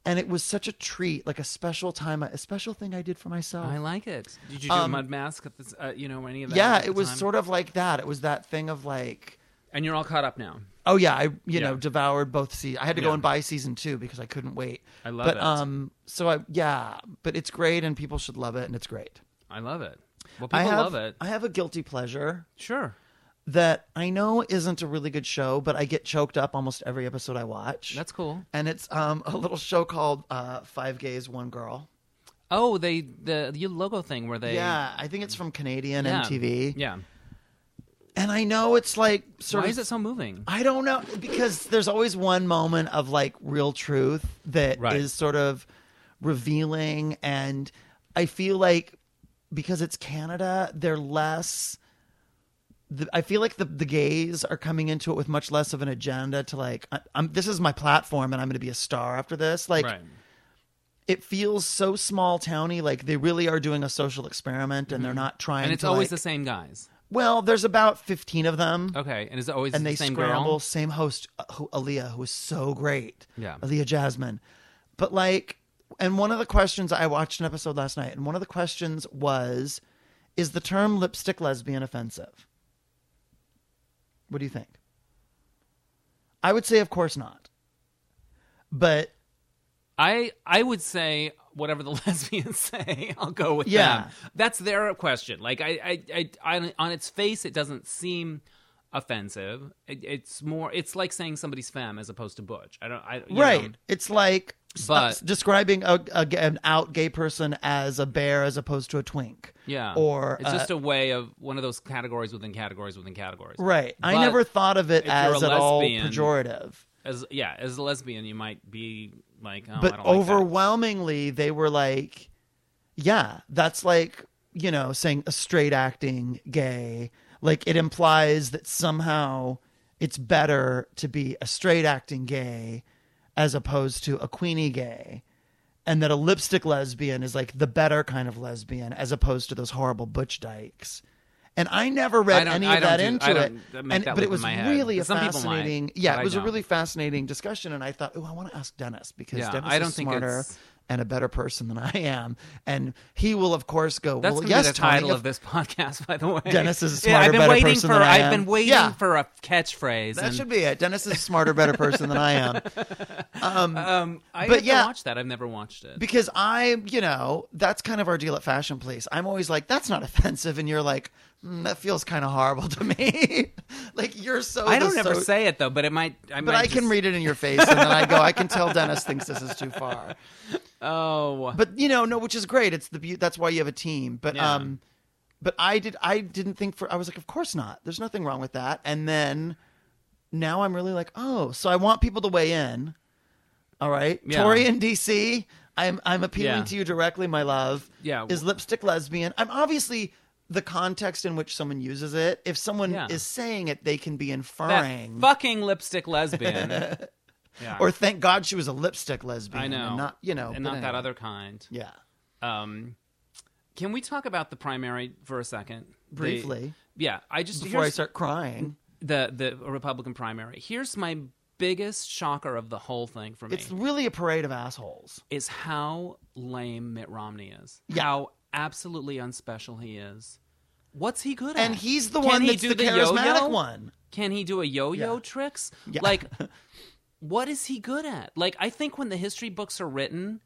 S2: and it was such a treat, like a special time, a special thing I did for myself.
S1: I like it. Did you do mud mask at this? Uh, you know, any of that?
S2: Um, yeah,
S1: at the
S2: it was
S1: time?
S2: sort of like that. It was that thing of like,
S1: And you're all caught up now.
S2: Oh yeah, I you know
S1: Yeah.
S2: devoured both seasons. I had to go
S1: Yeah.
S2: and buy season two because I couldn't wait.
S1: I love
S2: but,
S1: it.
S2: Um, so I yeah, but it's great and people should love it and it's great.
S1: I love it. Well, people
S2: I have
S1: love it.
S2: I have a guilty pleasure
S1: Sure,
S2: that I know isn't a really good show, but I get choked up almost every episode I watch.
S1: that's cool.
S2: and it's um a little show called uh, Five Gays One Girl.
S1: Oh, they the the logo thing where they
S2: Yeah, I think it's from Canadian
S1: Yeah.
S2: MTV.
S1: Yeah.
S2: And I know it's like sort
S1: Why
S2: of
S1: is it so moving?
S2: I don't know because there's always one moment of like real truth that is
S1: Right.
S2: sort of revealing and I feel like because it's Canada they're less the, I feel like the the gays are coming into it with much less of an agenda to like I, I'm this is my platform and I'm going to be a star after this like
S1: right.
S2: it feels so small towny like they really are doing a social experiment and they're not trying
S1: Mm-hmm. And it's
S2: to,
S1: always the
S2: like-
S1: same guys.
S2: well there's about 15 of them
S1: Okay. And is it always
S2: and
S1: the
S2: they
S1: same
S2: scramble.
S1: girl?
S2: Same host, uh, who, Aaliyah, who is so great.
S1: Yeah.
S2: Aaliyah Jasmine. But like, and one of the questions I watched an episode last night, and one of the questions was, is the term lipstick lesbian offensive? What do you think? I would say, of course not. But
S1: I I would say whatever the [laughs] lesbians say, I'll go with
S2: Yeah.
S1: them. That's their question. Like I I, I on, on its face, it doesn't seem offensive. It, it's more. It's like saying somebody's femme as opposed to butch. I don't. I you know.
S2: right, it's like s-
S1: But-
S2: s- describing a, a, an out gay person as a bear as opposed to a twink.
S1: Yeah.
S2: Or
S1: it's
S2: uh,
S1: just a way of one of those categories within categories within categories.
S2: Right. I
S1: But
S2: never thought of it
S1: if you're
S2: as
S1: a
S2: at all
S1: lesbian-
S2: pejorative.
S1: As yeah, as a lesbian, you might be like, oh, I
S2: But
S1: don't like that.
S2: overwhelmingly, they were like, yeah, that's like, you know, saying a straight acting gay. Like it implies that somehow it's better to be a straight acting gay as opposed to a queenie gay. And that a lipstick lesbian is like the better kind of lesbian as opposed to those horrible butch dykes. And I never read
S1: I don't-
S2: any
S1: I
S2: of
S1: don't
S2: that
S1: do- I
S2: into
S1: don't
S2: it.
S1: make
S2: And-
S1: that
S2: but
S1: leap
S2: it
S1: in
S2: was
S1: my head.
S2: really a
S1: Some people might,
S2: fascinating. yeah,
S1: but
S2: it
S1: I
S2: was a
S1: don't.
S2: really fascinating discussion, and I thought, oh, I want to ask Dennis because
S1: Yeah,
S2: Dennis
S1: I don't
S2: is
S1: think
S2: smarter
S1: it's-
S2: and a better person than I am, and he will, of course, go.
S1: That's
S2: well,
S1: gonna
S2: yes,
S1: be the
S2: Tony,
S1: title
S2: if-
S1: of this [laughs] podcast, by the way.
S2: Dennis is a
S1: Yeah,
S2: smarter,
S1: I've been
S2: better
S1: waiting
S2: person
S1: for.
S2: than I
S1: have
S2: am.
S1: been waiting
S2: Yeah.
S1: for a catchphrase.
S2: That
S1: and,
S2: should be it. Dennis is a smarter, better person than
S1: [laughs]
S2: I am.
S1: um, I
S2: but
S1: have to
S2: yeah.
S1: watch that. I've never watched it.
S2: Because I, you know, that's kind of our deal at Fashion Police. I'm always like, that's not offensive. And you're like, mm, that feels kind of horrible to me. [laughs] like, you're so.
S1: I don't
S2: the
S1: ever
S2: so-
S1: say it though, but it might. I
S2: But
S1: might
S2: I can
S1: just-
S2: read it in your face. And then I go, I can tell Dennis thinks this is too far.
S1: Oh,
S2: but you know no which is great it's the beauty that's why you have a team but
S1: Yeah.
S2: um but i did i didn't think for i was like of course not there's nothing wrong with that and then now i'm really like oh so i want people to weigh in all right
S1: Yeah.
S2: tori in dc i'm i'm appealing
S1: Yeah.
S2: to you directly my love
S1: Yeah.
S2: is lipstick lesbian i'm obviously the context in which someone uses it. If someone
S1: Yeah.
S2: is saying it, they can be
S1: That
S2: inferring.
S1: fucking lipstick lesbian.
S2: [laughs]
S1: yeah.
S2: or thank God she was a lipstick lesbian.
S1: I know.
S2: And not you know,
S1: and
S2: but
S1: not that
S2: anyway.
S1: other kind.
S2: Yeah,
S1: Um, can we talk about the primary for a second? The-
S2: briefly
S1: yeah, I just
S2: before I
S1: here's-
S2: start crying.
S1: the the Republican primary. Here's my biggest shocker of the whole thing for me
S2: It's really a parade of assholes.
S1: is how lame Mitt Romney is.
S2: Yeah.
S1: How absolutely unspecial he is. What's he good at?
S2: And he's the
S1: Can
S2: one
S1: he
S2: that's
S1: do
S2: the,
S1: the
S2: charismatic
S1: yo-yo?
S2: one.
S1: Can he do a yo-yo
S2: Yeah.
S1: tricks?
S2: Yeah. [laughs]
S1: Like what is he good at? Like I think when the history books are written,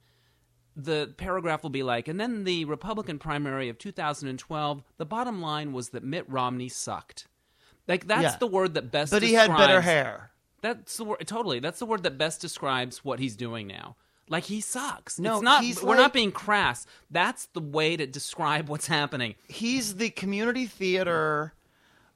S1: the paragraph will be like, and then the Republican primary of 2012, the bottom line was that Mitt Romney sucked. Like that's
S2: Yeah.
S1: the word that best
S2: But he had better
S1: describes-
S2: hair.
S1: That's the word. Totally, that's the word that best describes what he's doing now. Like he sucks.
S2: No,
S1: it's not.
S2: he's
S1: we're
S2: like-
S1: not being crass. That's the way to describe what's happening.
S2: He's the community theater.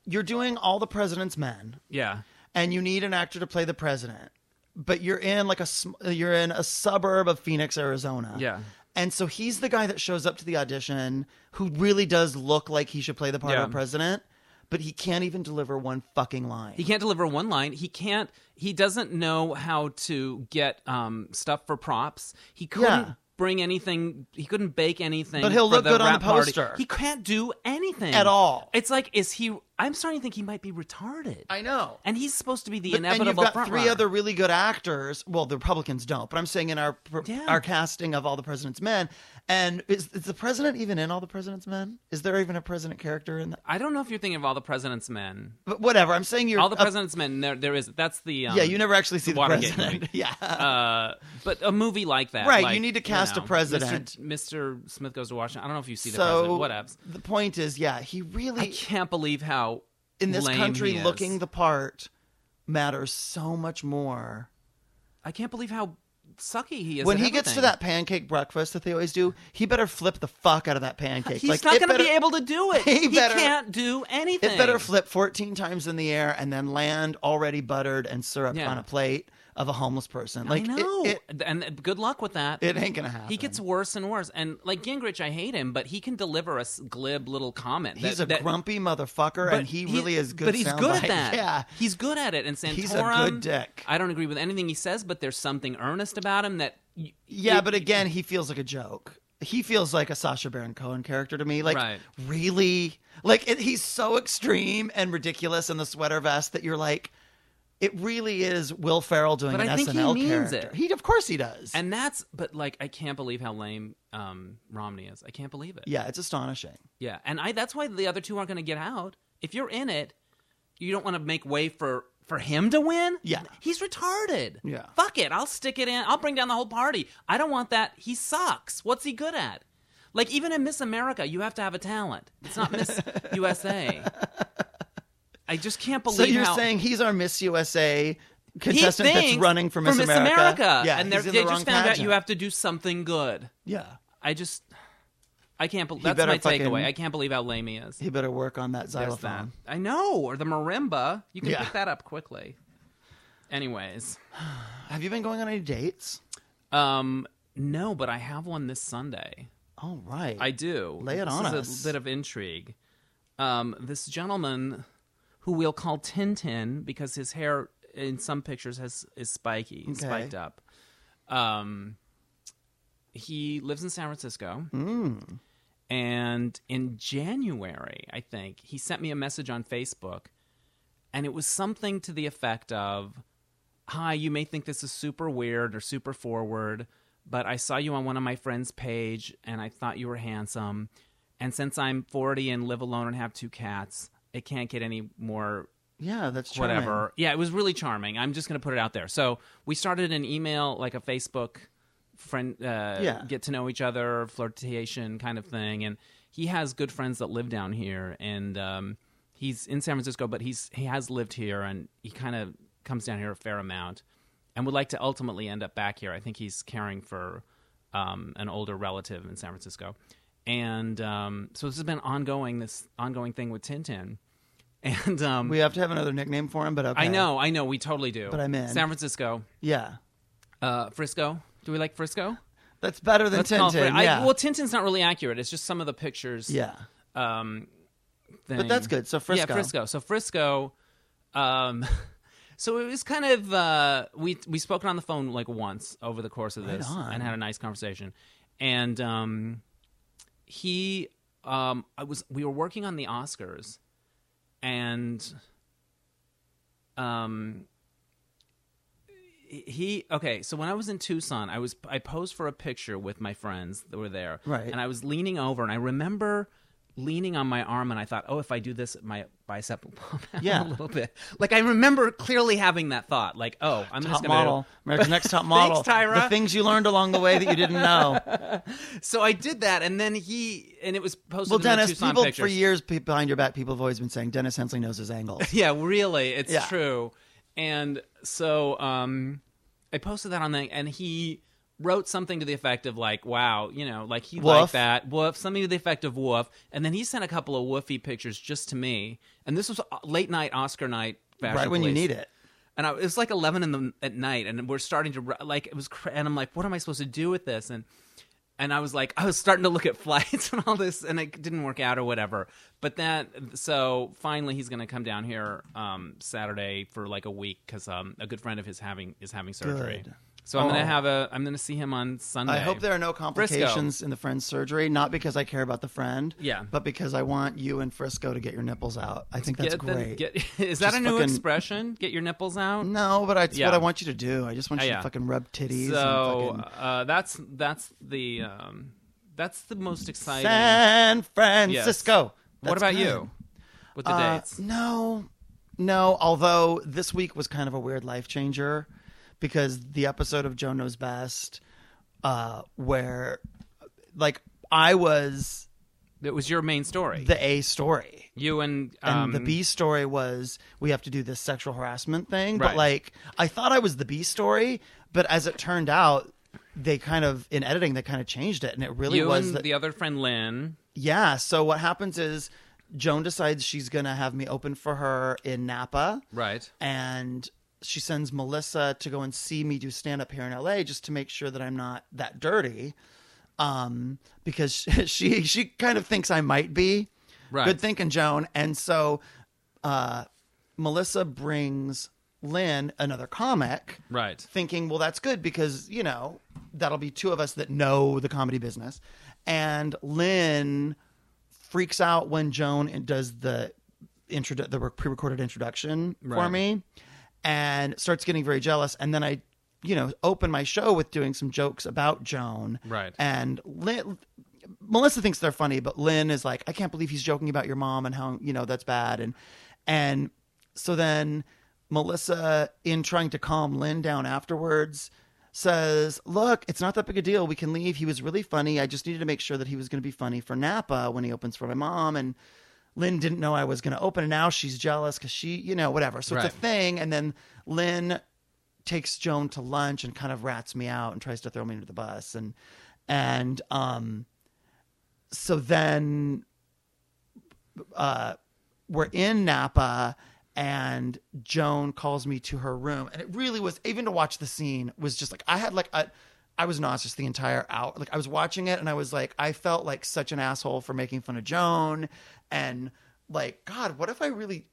S2: You're doing all the president's men,
S1: Yeah,
S2: and you need an actor to play the president. But you're in like a sm- you're in a suburb of Phoenix, Arizona.
S1: Yeah.
S2: And so he's the guy that shows up to the audition who really does look like he should play the part
S1: Yeah.
S2: of a president, but he can't even deliver one fucking line.
S1: he can't deliver one line. He can't. He doesn't know how to get um, stuff for props. He couldn't.
S2: Yeah.
S1: Bring anything. He couldn't bake anything.
S2: But he'll
S1: for
S2: look
S1: the
S2: good on
S1: wrap
S2: the
S1: party.
S2: poster.
S1: He can't do anything
S2: At all.
S1: It's like, is he? I'm starting to think he might be retarded.
S2: I know.
S1: and he's supposed to be the
S2: But-
S1: inevitable
S2: and you've got
S1: front
S2: three
S1: runner.
S2: other really good actors. Well, the Republicans don't, but I'm saying in our pr-
S1: Yeah.
S2: our casting of all the President's Men, and is, is the president even in all the President's Men? Is there even a president character in that?
S1: I don't know if you're thinking of all the president's men.
S2: But whatever. I'm saying you're
S1: All the
S2: uh,
S1: president's men. There, there is. That's the. Um,
S2: yeah, you never actually see the,
S1: Watergate
S2: president.
S1: movie.
S2: [laughs] Yeah,
S1: Uh, but a movie like that,
S2: Right,
S1: like,
S2: you need to cast a
S1: know,
S2: president.
S1: Mr. Mr. Smith goes to Washington. I don't know if you see the
S2: so
S1: president. Whatevs.
S2: the point is, yeah, he
S1: I
S2: really
S1: can't believe how
S2: in this
S1: lame
S2: country
S1: he is.
S2: looking the part matters so much more.
S1: I can't believe how sucky he is.
S2: when
S1: at
S2: he gets to
S1: everything.
S2: that pancake breakfast that they always do, he better flip the fuck out of that pancake.
S1: he's
S2: like,
S1: not
S2: it
S1: going to
S2: better-
S1: be able to do it.
S2: [laughs] He better-
S1: can't do anything.
S2: It better flip 14 times in the air and then land already buttered and syrup
S1: Yeah.
S2: on a plate of a homeless person. Like,
S1: I know.
S2: It,
S1: and uh, good luck with that.
S2: it, it ain't going to happen.
S1: He gets worse and worse. And like Gingrich, I hate him, but he can deliver a s- glib little comment.
S2: He's
S1: that,
S2: a
S1: that-
S2: grumpy motherfucker,
S1: but
S2: and he really is good
S1: But he's
S2: sound
S1: good at
S2: bite.
S1: that.
S2: Yeah.
S1: he's good at it. And Santorum,
S2: He's a good dick.
S1: I don't agree with anything he says, but there's something earnest about him that. y-
S2: Yeah,
S1: it-
S2: but again, he feels like a joke. He feels like a Sasha Baron Cohen character to me. Like,
S1: Right.
S2: really? Like, it, he's so extreme and ridiculous in the sweater vest that you're like, it really is Will Ferrell doing
S1: But
S2: an
S1: I think he
S2: SNL
S1: means
S2: character.
S1: it.
S2: He, of course, he does.
S1: and that's but like I can't believe how lame um, Romney is. I can't believe it.
S2: yeah, it's astonishing.
S1: Yeah, and I that's why the other two aren't going to get out. If you're in it, you don't want to make way for for him to win.
S2: Yeah.
S1: he's retarded.
S2: Yeah.
S1: fuck it. I'll stick it in. I'll bring down the whole party. I don't want that. He sucks. What's he good at? Like even in Miss America, you have to have a talent. It's not
S2: [laughs]
S1: Miss USA. I just can't believe.
S2: So you're
S1: how-
S2: saying he's our Miss USA
S1: he
S2: contestant that's
S1: thinks
S2: running for Miss America? Yeah,
S1: and they're-
S2: he's
S1: they
S2: in the
S1: just
S2: wrong
S1: found out
S2: pageant.
S1: you have to do something good.
S2: Yeah,
S1: I just, I can't. believe that's
S2: better
S1: my
S2: fucking-
S1: takeaway. I can't believe how lame he is.
S2: he better work on that
S1: There's
S2: xylophone.
S1: that. I know, or the marimba. You can
S2: Yeah.
S1: pick that up quickly. Anyways,
S2: Have you been going on any dates?
S1: um, no, but I have one this Sunday.
S2: All right.
S1: I do.
S2: Lay it
S1: this
S2: on
S1: is
S2: us.
S1: a bit of intrigue. Um, this gentleman, who we'll call Tintin because his hair in some pictures has is spiky,
S2: Okay.
S1: spiked up. Um, he lives in San Francisco.
S2: Hmm.
S1: And in January, I think, he sent me a message on Facebook, and it was something to the effect of Hi, you may think this is super weird or super forward, but I saw you on one of my friends' page, and I thought you were handsome. And since I'm 40 and live alone and have two cats, it can't get any more
S2: yeah, that's charming.
S1: whatever. Yeah, it was really charming. I'm just going to put it out there. So we started an email, like a Facebook friend, uh,
S2: Yeah.
S1: get to know each other, flirtation kind of thing. And he has good friends that live down here, and um, he's in San Francisco, but he's he has lived here, and he kind of comes down here a fair amount, and would like to ultimately end up back here. I think he's caring for um, an older relative in San Francisco. And um, so this has been ongoing, this ongoing thing with Tintin, [laughs] and um,
S2: We have to have another nickname for him, but okay.
S1: I know, I know, we totally do.
S2: But I'm in.
S1: San Francisco,
S2: Yeah,
S1: uh, Frisco. Do we like Frisco?
S2: that's better than
S1: Let's call it
S2: Tintin.
S1: Fri- I-
S2: yeah.
S1: well, Tintin's not really accurate. It's just some of the pictures.
S2: yeah.
S1: um, thing.
S2: But that's good. So Frisco.
S1: Yeah, Frisco. So Frisco, um, [laughs] so it was kind of uh, we we spoken on the phone like once over the course of
S2: Right
S1: this
S2: on.
S1: and had a nice conversation, and um, he um, I was we were working on the Oscars, and um he okay so when i was in tucson i was i posed for a picture with my friends that were there
S2: Right.
S1: and i was leaning over and i remember leaning on my arm and i thought oh if i do this my bicep will [laughs] pop out
S2: Yeah.
S1: a little bit like i remember clearly having that thought like oh i'm just
S2: Top
S1: gonna
S2: model, America's
S1: [laughs]
S2: Next Top Model.
S1: Tyra.
S2: The things you learned along the way that you
S1: [laughs]
S2: didn't know.
S1: so i did that and then he and it was posted
S2: well,
S1: in the
S2: Dennis,
S1: tucson
S2: people
S1: pictures.
S2: for years pe- behind your back, people have always been saying Dennis Hensley knows his angles. [laughs]
S1: Yeah, really, it's
S2: Yeah.
S1: true. And so um, I posted that on the, and he wrote something to the effect of like, "Wow, you know, like he
S2: Woof.
S1: liked that woof," something to the effect of woof. And then he sent a couple of woofy pictures just to me. And this was uh, late night Oscar night, Fashion
S2: right when you
S1: Police.
S2: need it.
S1: And I, it was like eleven in the at night, and we're starting to ru- like it was, cra- and I'm like, "What am I supposed to do with this?" And and I was like, I was starting to look at [laughs] flights and all this, and it didn't work out or whatever. But that, so finally, he's going to come down here um, Saturday for like a week because um, a good friend of his having is having surgery.
S2: Good.
S1: So I'm going
S2: Oh.
S1: to have a, I'm going to see him on Sunday.
S2: I hope there are no complications in the friend's surgery, not because I care about the friend,
S1: Yeah.
S2: but because I want you and Frisco to get your nipples out. I think that's
S1: Get the-
S2: great.
S1: get- [laughs] is that
S2: Just
S1: a new
S2: fucking-
S1: expression? Get your nipples out.
S2: No, but I, it's
S1: Yeah.
S2: what I want you to do. I just want you
S1: Yeah.
S2: to fucking rub titties
S1: So
S2: and fucking
S1: uh, that's that's the um, that's the most exciting.
S2: San Francisco.
S1: uh, what
S2: That's
S1: about
S2: good.
S1: you? With the
S2: Uh,
S1: dates,
S2: no, no. Although this week was kind of a weird life changer because the episode of Joe Knows Best, uh, where like I was
S1: it was your main story.
S2: the A story.
S1: you and um,
S2: and the B story was we have to do this sexual harassment thing. But
S1: Right.
S2: like, I thought I was the B story, but as it turned out, they kind of in editing they kind of changed it, and it really
S1: you
S2: was
S1: and
S2: that,
S1: the other friend Lynn.
S2: yeah. So what happens is Joan decides she's gonna have me open for her in Napa,
S1: Right.
S2: and she sends Melissa to go and see me do stand up here in LA just to make sure that I'm not that dirty. Um, because [laughs] she she kind of thinks I might be.
S1: Right.
S2: Good thinking, Joan. And so uh Melissa brings Lynn another comic.
S1: Right.
S2: Thinking, well, that's good because, you know, that'll be two of us that know the comedy business. And Lynn freaks out when Joan does the intro the pre-recorded introduction for
S1: Right.
S2: me and starts getting very jealous and then I you know open my show with doing some jokes about Joan
S1: Right.
S2: and Lynn, Melissa thinks they're funny but Lynn is like I can't believe he's joking about your mom and how you know that's bad and and so then Melissa in trying to calm Lynn down afterwards says, "Look, it's not that big a deal. We can leave. He was really funny. I just needed to make sure that he was going to be funny for Napa when he opens for my mom." And Lynn didn't know I was going to open, and now she's jealous because she, you know, whatever. So
S1: Right.
S2: it's a thing. And then Lynn takes Joan to lunch and kind of rats me out and tries to throw me under the bus, and and um, so then uh, we're in Napa and Joan calls me to her room and it really was even to watch the scene was just like I had like a I was nauseous the entire hour. Like I was watching it and I was like I felt like such an asshole for making fun of Joan and like god, what if I really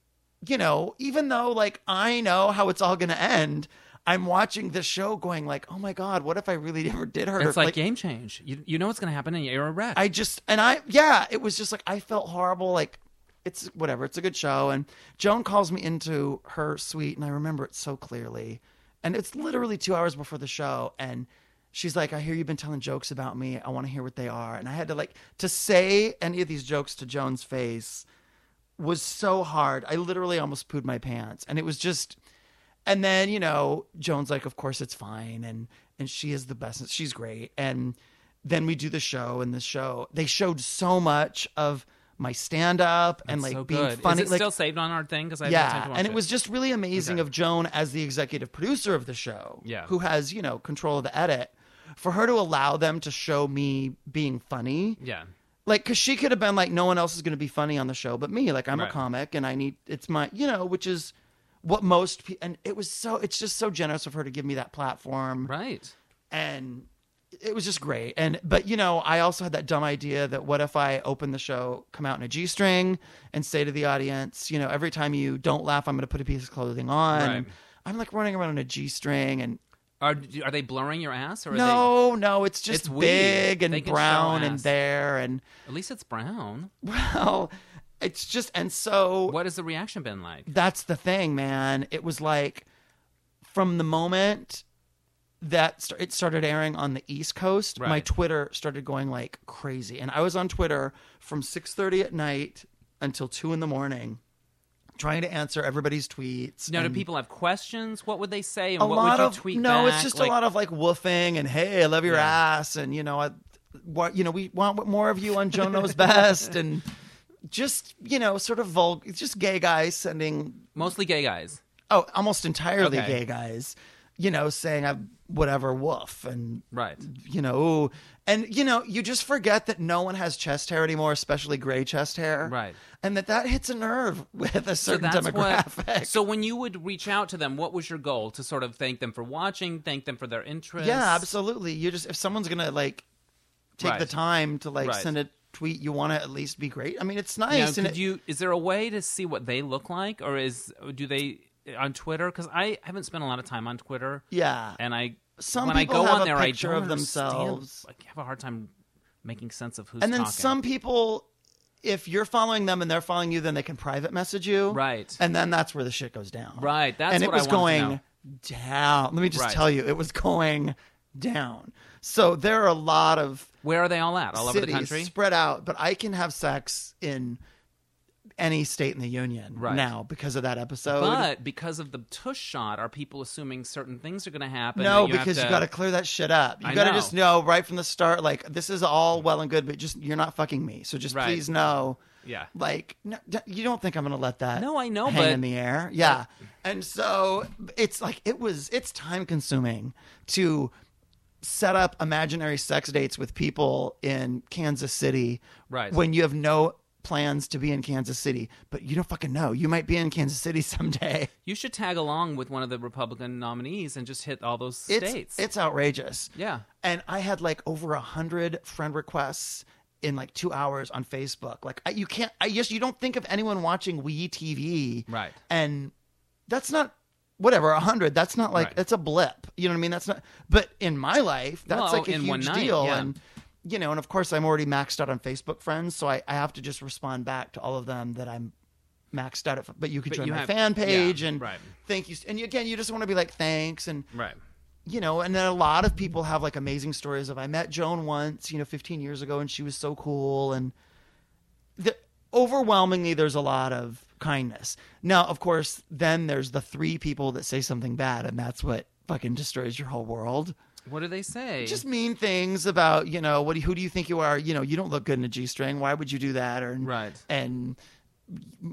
S2: you know, even though like I know how it's all going to end, I'm watching this show going like, "Oh my god, what if I really [laughs] ever did hurt her?"
S1: It's like, game change. You, you know what's going to happen, and you're a wreck.
S2: I just and I yeah, it was just like I felt horrible. Like it's whatever. It's a good show. And Joan calls me into her suite, and I remember it so clearly. And it's literally two hours before the show, and she's like, "I hear you've been telling jokes about me. I want to hear what they are." And I had to like to say any of these jokes to Joan's face was so hard. I literally almost pooed my pants, and it was just. And then you know, Joan's like, "Of course it's fine," and and she is the best. She's great. And then we do the show, and the show they showed so much of my stand up and like
S1: so
S2: being
S1: good.
S2: funny.
S1: Is it
S2: like,
S1: still saved on our thing? Because I haven't had time
S2: yeah,
S1: to watch
S2: and it was just really amazing
S1: Okay.
S2: of Joan as the executive producer of the show,
S1: Yeah.
S2: who has you know control of the edit, for her to allow them to show me being funny
S1: yeah.
S2: like because she could have been like no one else is going to be funny on the show but me like i'm
S1: Right.
S2: a comic and i need it's my you know which is what most pe- and it was so it's just so generous of her to give me that platform
S1: Right.
S2: and it was just great. And but you know, I also had that dumb idea that what if I open the show, come out in a G string, and say to the audience, you know, every time you don't laugh, I'm going to put a piece of clothing on.
S1: Right.
S2: I'm like running around in a G string, and
S1: Are are they blurring your ass or are
S2: no, no, it's just
S1: It's weird.
S2: big
S1: They
S2: and
S1: can show
S2: brown and
S1: ass.
S2: there, and
S1: they? At least it's brown.
S2: well, it's just and so
S1: What has the reaction been like?
S2: that's the thing, man. It was like from the moment that st- it started airing on the East Coast, my
S1: Right.
S2: Twitter started going like crazy, and I was on Twitter from six thirty at night until two in the morning, trying to answer everybody's tweets.
S1: Now, do
S2: and
S1: people have questions? What would they say? And
S2: a
S1: what
S2: lot
S1: would you
S2: of
S1: tweet
S2: no, it's
S1: back?
S2: just
S1: Like,
S2: a lot of like woofing and hey, I love your
S1: Yeah.
S2: ass, and you know I, what you know we want more of you on Joe Knows Best, and just you know sort of vulgar, just gay guys sending
S1: mostly gay guys.
S2: oh, almost entirely
S1: Okay.
S2: gay guys, you know, saying I whatever woof and
S1: Right.
S2: you know, ooh. and you know, you just forget that no one has chest hair anymore, especially gray chest hair,
S1: Right.
S2: And that that hits a nerve with a
S1: So
S2: certain
S1: that's
S2: demographic.
S1: what. So when you would reach out to them, what was your goal? To sort of thank them for watching, thank them for their interest.
S2: yeah, absolutely. You just if someone's gonna like take
S1: Right.
S2: the time to like
S1: Right.
S2: send a tweet, you want to at least be great. I mean, it's
S1: Now,
S2: nice. and
S1: could
S2: it-
S1: you? Is there a way to see what they look like, or is do they on Twitter? Because I haven't spent a lot of time on Twitter,
S2: yeah,
S1: and I
S2: Some
S1: when I
S2: people
S1: go
S2: have
S1: on
S2: a
S1: there, I
S2: picture
S1: don't
S2: of
S1: understand-
S2: themselves.
S1: I have a hard time making sense of who's
S2: and then
S1: talking.
S2: some people. If you're following them and they're following you, then they can private message you.
S1: right.
S2: And then that's where the shit goes down.
S1: Right, that's
S2: and it
S1: what I
S2: was
S1: wanted to
S2: going down. Let me just
S1: Right.
S2: tell you, it was going down. So there are a lot of
S1: Where are they all at? All over the
S2: cities
S1: country.
S2: spread out, but I can have sex in any state in the union
S1: Right.
S2: now because of that episode.
S1: But because of the tush shot, are people assuming certain things are going to happen?
S2: no,
S1: that you have
S2: because
S1: to,
S2: you got to clear that shit up. You
S1: I
S2: got to
S1: know.
S2: just know right from the start, like this is all well and good, but just you're not fucking me. So just
S1: Right.
S2: please know,
S1: Yeah.
S2: like no, d- you don't think I'm gonna let that.
S1: No, I know,
S2: hang
S1: but-
S2: in the air, yeah. And so it's like it was. It's time consuming to set up imaginary sex dates with people in Kansas City,
S1: Right.
S2: When you have no plans to be in Kansas City, but you don't fucking know. You might be in Kansas City [laughs] someday.
S1: You should tag along with one of the Republican nominees and just hit all those
S2: It's
S1: states.
S2: it's outrageous.
S1: yeah.
S2: and I had like over a hundred friend requests in like two hours on Facebook. Like I, you can't, I just you don't think of anyone watching Wii TV,
S1: Right.
S2: And that's not whatever a hundred. That's not like
S1: Right.
S2: that's a blip. You know what I mean? That's not. But in my life, that's
S1: Well,
S2: like a
S1: in
S2: huge
S1: one night,
S2: deal.
S1: yeah.
S2: And you know, and of course, I'm already maxed out on Facebook friends, so I, I have to just respond back to all of them that I'm maxed out at. But you could
S1: But
S2: join
S1: you
S2: my
S1: have-
S2: fan
S1: yeah,
S2: page and
S1: right.
S2: thank you. And again, you just want to be like thanks and
S1: Right.
S2: you know, and then a lot of people have like amazing stories of I met Joan once, you know, 15 years ago, and she was so cool. And the, overwhelmingly, there's a lot of kindness. Now, of course, then there's the three people that say something bad, and that's what fucking destroys your whole world.
S1: What do they say?
S2: Just mean things about, you know, what do, who do you think you are? You know, you don't look good in a G string. Why would you do that? Or
S1: Right.
S2: and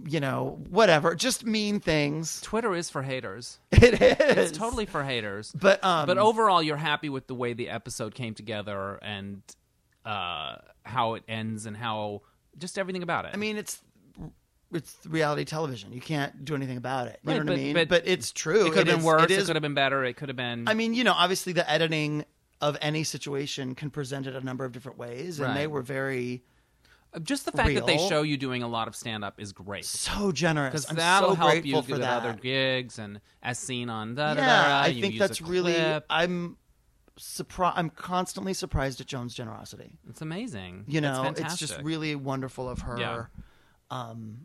S2: you know, whatever. Just mean things.
S1: Twitter is for haters.
S2: [laughs] It is
S1: It's totally for haters.
S2: But um,
S1: but overall, you're happy with the way the episode came together and uh, how it ends and how just everything about it.
S2: I mean, it's it's reality television. You can't do anything about it. You
S1: Right,
S2: know what
S1: but-
S2: I mean? But,
S1: but
S2: it's true.
S1: it could have
S2: It
S1: been
S2: is-
S1: worse.
S2: It
S1: It,
S2: is.
S1: could have been better. It could have been.
S2: I mean, you know, obviously the editing of any situation can present it a number of different ways, and
S1: Right.
S2: they were very
S1: just the fact that they
S2: real.
S1: show you doing a lot of stand up is great.
S2: so generous.
S1: because
S2: I'm
S1: that'll
S2: so
S1: help
S2: grateful
S1: you
S2: for
S1: get
S2: that.
S1: other gigs and as seen on da da
S2: yeah,
S1: da.
S2: I
S1: you
S2: think
S1: use a
S2: that's really.
S1: clip.
S2: I'm surprised. I'm constantly surprised at Joan's generosity.
S1: it's amazing.
S2: You know,
S1: it's,
S2: it's just
S1: fantastic.
S2: really wonderful of her.
S1: Yeah.
S2: Um,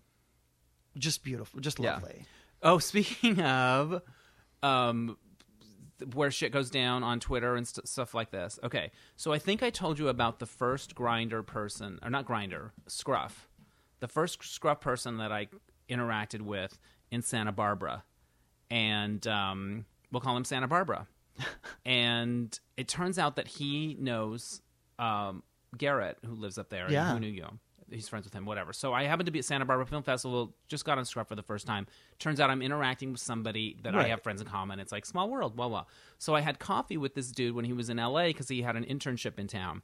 S2: just beautiful, just
S1: Yeah.
S2: lovely.
S1: Oh, [laughs] speaking of, um, th- where shit goes down on Twitter and st- stuff like this. Okay, so I think I told you about the first grinder person, or not grinder, scruff, the first scruff person that I interacted with in Santa Barbara, and um, we'll call him Santa Barbara. [laughs] and it turns out that he knows um, Garrett, who lives up there.
S2: Yeah.
S1: and who knew you. He's friends with him, whatever. So I happened to be at Santa Barbara Film Festival, just got on Scruff for the first time. Turns out I'm interacting with somebody that I
S2: Right.
S1: have friends in common. It's like small world, blah blah. So I had coffee with this dude when he was in LA because he had an internship in town,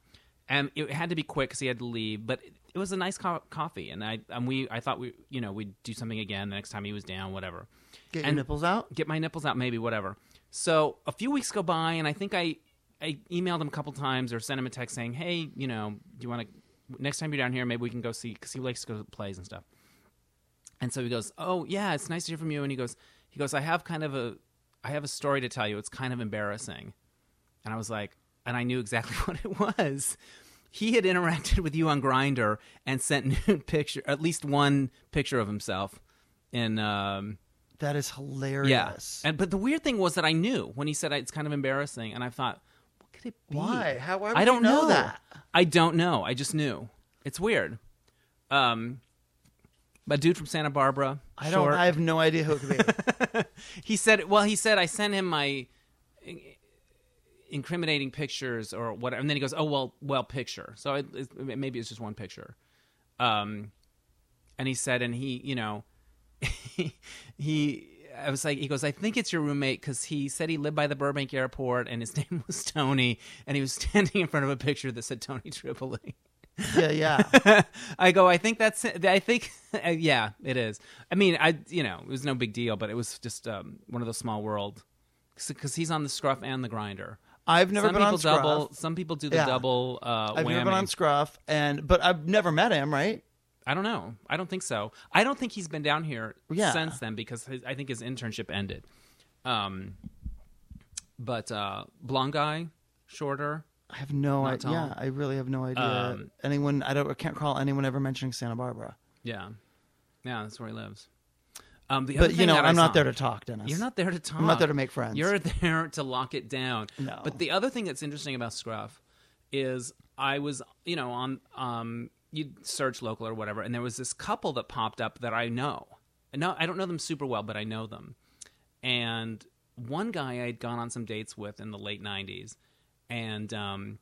S1: and it had to be quick because he had to leave. But it, it was a nice co- coffee, and I and we I thought we you know we'd do something again the next time he was down, whatever.
S2: Get your
S1: And-
S2: nipples out.
S1: Get my nipples out, maybe whatever. So a few weeks go by, and I think I I emailed him a couple times or sent him a text saying, "Hey, you know, do you want to? Next time you're down here, maybe we can go see because he likes to go to plays and stuff." And so he goes, "Oh yeah, it's nice to hear from you." And he goes, "He goes, I have kind of a, I have a story to tell you. It's kind of embarrassing." And I was like, and I knew exactly [laughs] what it was. He had interacted with you on Grinder and sent nude [laughs] picture, at least one picture of himself in um,
S2: That is hilarious.
S1: yeah. And but the weird thing was that I knew when he said it's kind of embarrassing, and I thought, what could it be?
S2: Why? How- why would
S1: I
S2: you
S1: don't
S2: know that?
S1: I don't know. I just knew. It's weird. Um, but dude from Santa Barbara.
S2: I don't.
S1: short,
S2: I have no idea who it could be.
S1: he said. Well, he said I sent him my incriminating pictures or whatever, and then he goes, "Oh well, well, picture." So it, it, maybe it's just one picture. Um, and he said, and he, you know, [laughs] he, I was like, he goes, I think it's your roommate because he said he lived by the Burbank airport and his [laughs] name was Tony, and he was standing in front of a picture that said Tony Tripoli. [laughs]
S2: yeah, yeah.
S1: I go, I think that's it. I think, [laughs] uh, yeah, it is. I mean, I, you know, it was no big deal, but it was just um, one of those small world. Because he's on the scruff and the grinder.
S2: I've never
S1: some
S2: been
S1: people
S2: on Scruff.
S1: double. Some people do the
S2: Yeah.
S1: double uh,
S2: I've
S1: whammy.
S2: never been on Scruff, and but I've never met him. Right?
S1: I don't know. I don't think so. I don't think he's been down here
S2: Yeah.
S1: since then because his, I think his internship ended. Um, but uh, blonde guy, shorter.
S2: I have no
S1: Not
S2: idea. Yeah,
S1: Tom.
S2: I really have no idea.
S1: Um,
S2: anyone? I don't. I can't recall anyone ever mentioning Santa Barbara.
S1: Yeah, yeah, that's where he lives. Um, the other
S2: But
S1: thing
S2: you know,
S1: that I
S2: I'm
S1: saw-
S2: not there to talk, Dennis.
S1: You're not there to talk.
S2: I'm not there to make friends.
S1: You're there to lock it down.
S2: No.
S1: But the other thing that's interesting about Scruff is I was, you know, on um you'd search local or whatever, and there was this couple that popped up that I know. No, I don't know them super well, but I know them. And one guy I had gone on some dates with in the late '90s, and um,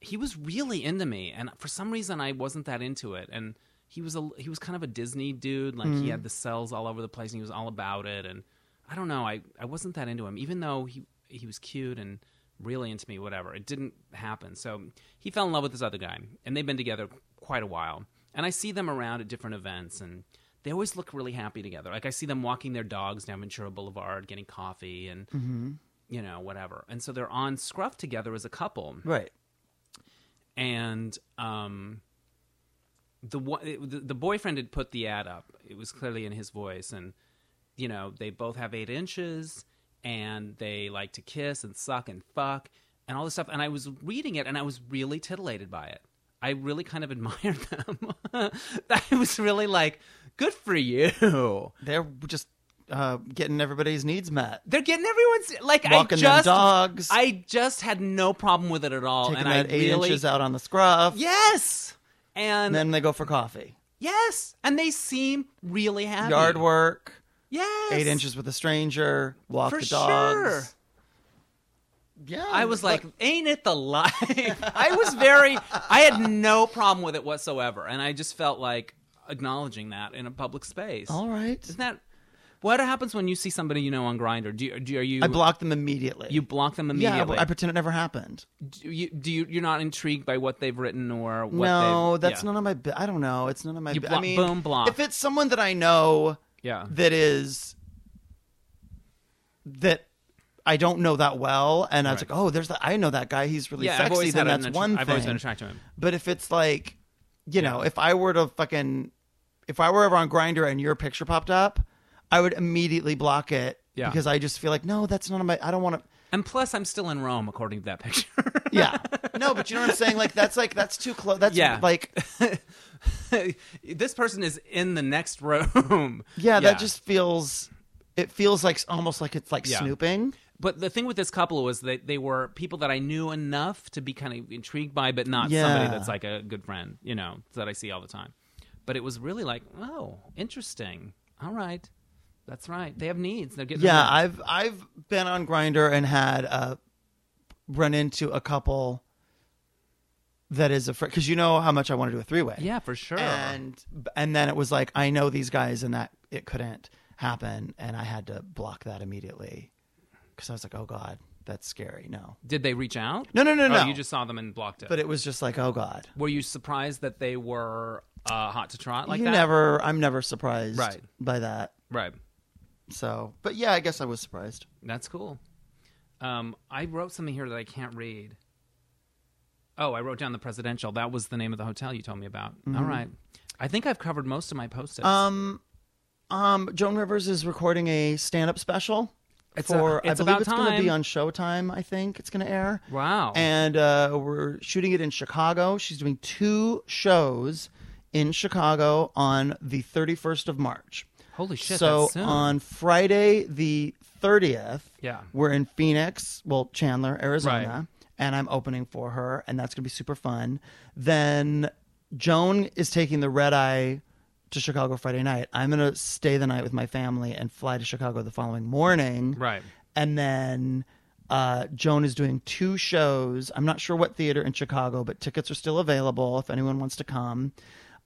S1: he was really into me and for some reason i wasn't that into it and he was a he was kind of a disney dude like he had the cells all over the place and he was all about it and i don't know i i wasn't that into him even though he he was cute and really into me whatever it didn't happen so he fell in love with this other guy and they've been together quite a while and i see them around at different events and they always look really happy together like i see them walking their dogs down ventura boulevard getting coffee and you know whatever and so they're on scruff together as a couple
S2: right.
S1: and um, the, wa- the the boyfriend had put the ad up. It was clearly in his voice, and you know they both have eight inches, and they like to kiss and suck and fuck and all this stuff. And I was reading it, and I was really titillated by it. I really kind of [laughs] admired them. [laughs] I was really like, "Good for you." [laughs]
S2: They're just uh, getting everybody's needs met.
S1: They're getting everyone's like
S2: Walking
S1: I
S2: them
S1: just
S2: dogs.
S1: I just had no problem with it at all,
S2: Taking
S1: and I
S2: that eight
S1: really
S2: inches out on the Scruff.
S1: yes. And
S2: And then they go for coffee.
S1: Yes, and they seem really happy.
S2: Yard work.
S1: Yes,
S2: Eight inches with a stranger. Walk
S1: for
S2: the dogs.
S1: sure.
S2: Yeah.
S1: I was like,
S2: look,
S1: "Ain't it the life?" [laughs] I was very. I had no problem with it whatsoever, and I just felt like acknowledging that in a public space.
S2: all right.
S1: Isn't that what happens when you see somebody you know on Grinder? Do you, do you- are you
S2: I blocked them immediately.
S1: you block them
S2: yeah,
S1: immediately?
S2: I, I pretend it never happened.
S1: do you, do you you're not intrigued by what they've written or what?
S2: no,
S1: they've-
S2: that's
S1: yeah.
S2: none of my. bu- I don't know. It's none of my.
S1: You
S2: bu- I
S1: block-
S2: mean,
S1: boom, block.
S2: If it's someone that I know
S1: Yeah,
S2: that is that I don't know that well, and I was
S1: Right.
S2: like, oh, there's that. I know that guy. He's really
S1: yeah. I've
S2: sexy.
S1: always
S2: Then
S1: had an
S2: that's
S1: attra-
S2: one
S1: I've
S2: thing.
S1: always been attracted to him.
S2: But if it's like, you know, if I were to fucking, if I were ever on Grinder and your picture popped up, I would immediately block it
S1: Yeah.
S2: because I just feel like, no, that's none of my. I don't want to.
S1: And plus, I'm still in Rome, according to that picture. [laughs]
S2: Yeah, [laughs] no, but you know what I'm saying. Like that's like that's too close. That's
S1: Yeah.
S2: like
S1: [laughs] this person is in the next room.
S2: [laughs] yeah, that just feels. It feels like almost like it's like
S1: Yeah.
S2: snooping.
S1: But the thing with this couple was that they were people that I knew enough to be kind of intrigued by, but not somebody
S2: Yeah.
S1: that's like a good friend, you know, that I see all the time. But it was really like, oh, interesting. All right, that's right. They have needs. They're getting
S2: Yeah,
S1: them.
S2: I've I've been on Grinder and had uh, run into a couple that is a friend because you know how much I want to do a three way.
S1: yeah, for sure.
S2: and and then it was like I know these guys, and that it couldn't happen, and I had to block that immediately because I was like, oh god, that's scary. No,
S1: Did they reach out?
S2: no, no, no,
S1: Oh,
S2: no.
S1: you just saw them and blocked it.
S2: but it was just like, oh god,
S1: were you surprised that they were uh, hot to trot like
S2: you
S1: that?
S2: never. I'm never surprised
S1: Right.
S2: by that.
S1: Right.
S2: So, but yeah, I guess I was surprised.
S1: That's cool. Um, I wrote something here that I can't read. Oh, I wrote down the presidential. That was the name of the hotel you told me about. All right. I think I've covered most of my post-its.
S2: Mm-hmm. Um, um, Joan Rivers is recording a stand-up special.
S1: It's a-
S2: for I
S1: it's
S2: believe
S1: about
S2: it's going to be
S1: time.
S2: on Showtime. I think it's going to air.
S1: Wow.
S2: And uh, we're shooting it in Chicago. She's doing two shows in Chicago on the 31st of March.
S1: Holy shit.
S2: so
S1: that's soon.
S2: on Friday the 30th,
S1: Yeah.
S2: we're in Phoenix, well, Chandler, Arizona, and I'm opening for her, and that's going to be super fun. Then Joan is taking the red eye to Chicago Friday night. I'm going to stay the night with my family and fly to Chicago the following morning.
S1: Right.
S2: And then uh, Joan is doing two shows. I'm not sure what theater in Chicago, but tickets are still available if anyone wants to come.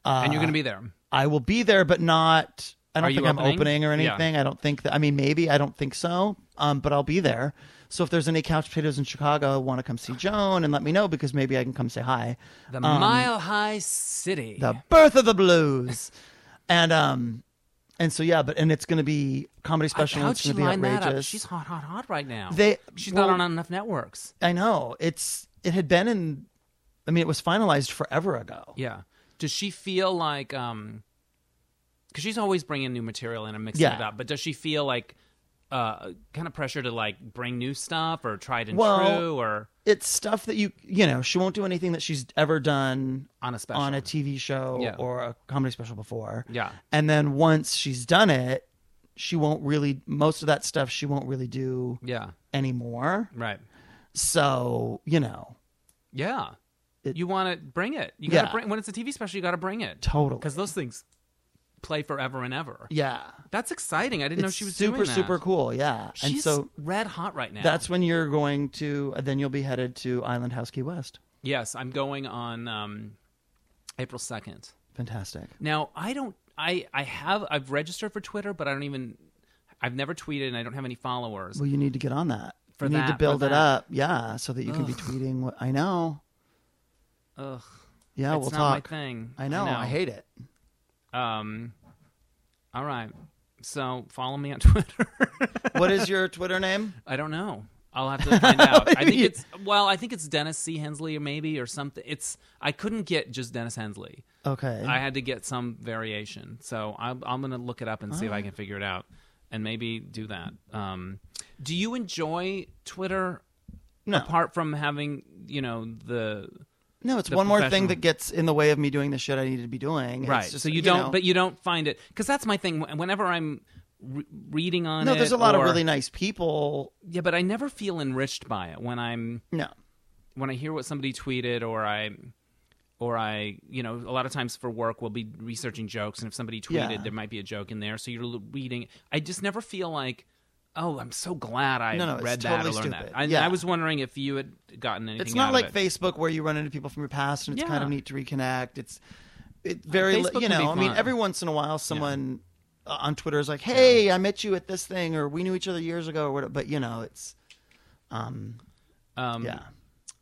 S2: Uh,
S1: and you're going to be there.
S2: I will be there, but not. I don't
S1: Are you
S2: think I'm
S1: opening?
S2: opening or
S1: Yeah.
S2: anything. I don't think that. I mean, maybe I don't think so. Um, but I'll be there. So if there's any couch potatoes in Chicago, want to come see Joan and let me know because maybe I can come say hi.
S1: The Mile High City.
S2: um, The birth of the blues, [laughs] and um, and so yeah, but and it's gonna be comedy special.
S1: How'd
S2: it's
S1: she
S2: gonna be
S1: line
S2: outrageous.
S1: that up? She's hot, hot, hot right now.
S2: They-
S1: She's
S2: well-
S1: not on enough networks.
S2: I know it's it had been in. I mean, it was finalized forever ago.
S1: Yeah. Does she feel like um cuz she's always bringing new material in and mixing
S2: Yeah.
S1: it up, but does she feel like uh kind of pressure to like bring new stuff or tried and
S2: Well-
S1: true or
S2: It's stuff that you you know she won't do anything that she's ever done
S1: on a special?
S2: on a TV show
S1: Yeah.
S2: or a comedy special before.
S1: Yeah.
S2: And then once she's done it, she won't really most of that stuff she won't really do
S1: yeah.
S2: anymore.
S1: Right.
S2: So, you know,
S1: Yeah.
S2: It-
S1: you want to bring it. You got to
S2: Yeah.
S1: bring when it's a TV special, you got to bring it.
S2: totally.
S1: Cuz those things play forever and ever.
S2: yeah.
S1: That's exciting. I didn't know
S2: It's
S1: she was
S2: super
S1: doing that.
S2: super cool. Yeah. and
S1: She's
S2: so
S1: red hot right now.
S2: that's when you're going to then you'll be headed to Island House Key West.
S1: Yes, I'm going on um April 2nd.
S2: Fantastic.
S1: Now I don't. I I have. I've registered for Twitter, but I don't even. I've never tweeted, and I don't have any followers.
S2: Well, you need to get on that.
S1: For
S2: you need
S1: that,
S2: to
S1: for
S2: build it
S1: that.
S2: up. Yeah, so that you can be tweeting what I know.
S1: Ugh.
S2: Yeah,
S1: it's
S2: we'll
S1: not
S2: talk.
S1: my thing.
S2: I know. I hate it.
S1: Um. All right. So follow me on [laughs] Twitter. [laughs]
S2: what is your Twitter name?
S1: I don't know. I'll have to
S2: [laughs]
S1: find out. I think it's well. I think it's Dennis C Hensley, or maybe or something. It's I couldn't get just Dennis Hensley.
S2: Okay.
S1: I had to get some variation. So I'm, I'm going to look it up and see if I can figure it out and maybe do that. Um, do you enjoy Twitter
S2: No.
S1: apart from having, you know, the.
S2: No, it's
S1: the
S2: one more
S1: professional-
S2: thing that gets in the way of me doing the shit I need to be doing. It's
S1: Right.
S2: just,
S1: so you, don't,
S2: know-
S1: but you don't find it. Because that's my thing. Wh- Whenever I'm re- reading on
S2: no,
S1: it
S2: there's a lot of
S1: or-
S2: really nice people.
S1: Yeah, but I never feel enriched by it when I'm.
S2: No,
S1: when I hear what somebody tweeted or I or I, you know, a lot of times for work we'll be researching jokes and if somebody tweeted
S2: Yeah.
S1: there might be a joke in there so you're l- reading I just never feel like oh, I'm so glad I
S2: No, no, it's
S1: read that
S2: totally
S1: or learned that.
S2: stupid.
S1: I,
S2: Yeah.
S1: I was wondering if you had gotten anything
S2: it's not
S1: out
S2: like
S1: of it.
S2: Facebook where you run into people from your past and it's
S1: Yeah.
S2: kind
S1: Uh,
S2: of neat to reconnect. It's it very
S1: Facebook
S2: li- you
S1: can be
S2: know. I mean,
S1: fun.
S2: every once in a while, someone uh, on Twitter is like, "Hey, I met you at this thing," or "We knew each other years ago," or whatever. But you know, it's
S1: um,
S2: yeah,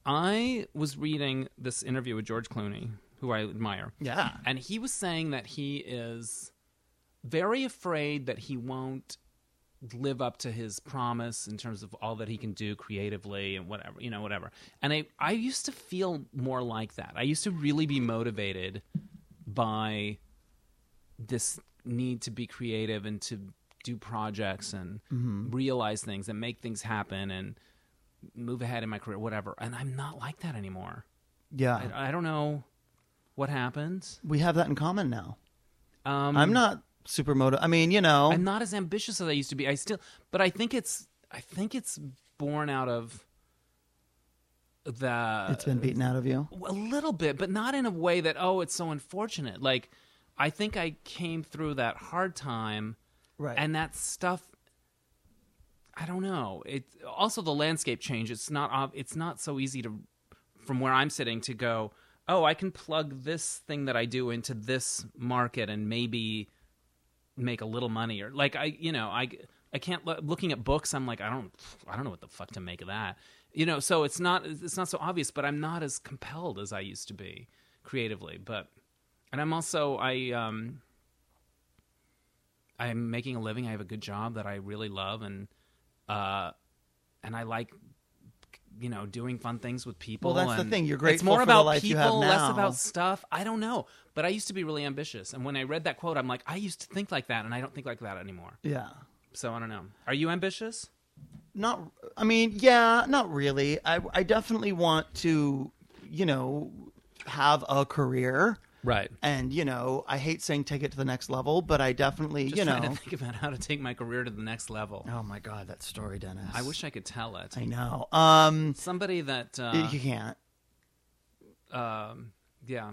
S1: I was reading this interview with George Clooney, who I admire.
S2: yeah.
S1: And he was saying that he is very afraid that he won't live up to his promise in terms of all that he can do creatively and whatever, you know, whatever. And I, I used to feel more like that. I used to really be motivated by this need to be creative and to do projects and realize things and make things happen and move ahead in my career, whatever. And I'm not like that anymore.
S2: Yeah,
S1: I, I don't know what happened.
S2: we have that in common now.
S1: Um,
S2: I'm not super motive. I mean, you know,
S1: I'm not as ambitious as I used to be. I still, but I think it's I think it's born out of the
S2: it's been beaten out of you.
S1: a little bit, but not in a way that oh, it's so unfortunate. Like I think I came through that hard time,
S2: Right.
S1: and that stuff. I don't know. It also the landscape change. It's not ob- it's not so easy to from where I'm sitting to go. Oh, I can plug this thing that I do into this market and maybe make a little money or like I you know I I can't lo- looking at books I'm like I don't I don't know what the fuck to make of that you know so it's not it's not so obvious but I'm not as compelled as I used to be creatively but and I'm also I um I'm making a living I have a good job that I really love and uh and I like you know doing fun things with people.
S2: Well, that's the
S1: and
S2: thing. You're
S1: It's
S2: grateful
S1: more
S2: for the
S1: about
S2: life you
S1: people,
S2: have
S1: less
S2: now.
S1: about stuff. I don't know, but I used to be really ambitious, and when I read that quote, I'm like, I used to think like that, and I don't think like that anymore.
S2: Yeah.
S1: So I don't know. Are you ambitious?
S2: Not. I mean, yeah, not really. I I definitely want to, you know, have a career.
S1: Right.
S2: And you know, I hate saying take it to the next level, but I definitely,
S1: Just
S2: you know,
S1: trying to think about how to take my career to the next level.
S2: [laughs] Oh my god, that story, Dennis.
S1: I wish I could tell it.
S2: I know. Um,
S1: Somebody that,
S2: y-
S1: uh,
S2: you can't.
S1: um, yeah,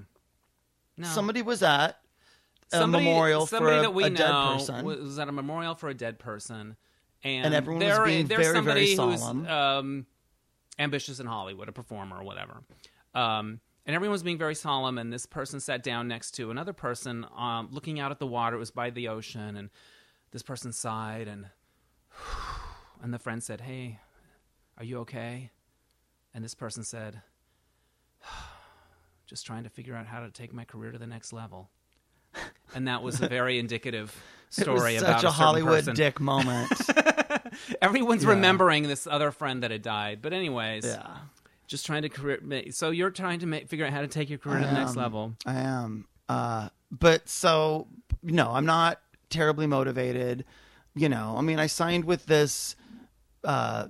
S1: no,
S2: Somebody was at a
S1: Somebody-
S2: memorial for
S1: somebody
S2: a,
S1: that we
S2: a
S1: know
S2: dead person.
S1: was at a memorial for a dead person, and,
S2: And everyone was
S1: there,
S2: being
S1: there's
S2: very,
S1: somebody
S2: very
S1: who's
S2: solemn.
S1: um, ambitious in Hollywood, a performer or whatever, um, and everyone was being very solemn. And this person sat down next to another person, um, looking out at the water. It was by the ocean, and this person sighed, and [sighs] and the friend said, "Hey, are you okay?" And this person said, [sighs] "Just trying to figure out how to take my career to the next level." And that was a very indicative
S2: [laughs] it was
S1: story
S2: such
S1: about
S2: a,
S1: certain
S2: Hollywood
S1: person. [laughs]
S2: dick moment.
S1: Everyone's
S2: Yeah.
S1: remembering this other friend that had died. But anyways,
S2: yeah,
S1: just trying to career. ma- So you're trying to make, figure out how to take your career to the next
S2: Um,
S1: level.
S2: I am. Uh, but so no, I'm not terribly motivated. You know, I mean, I signed with this uh,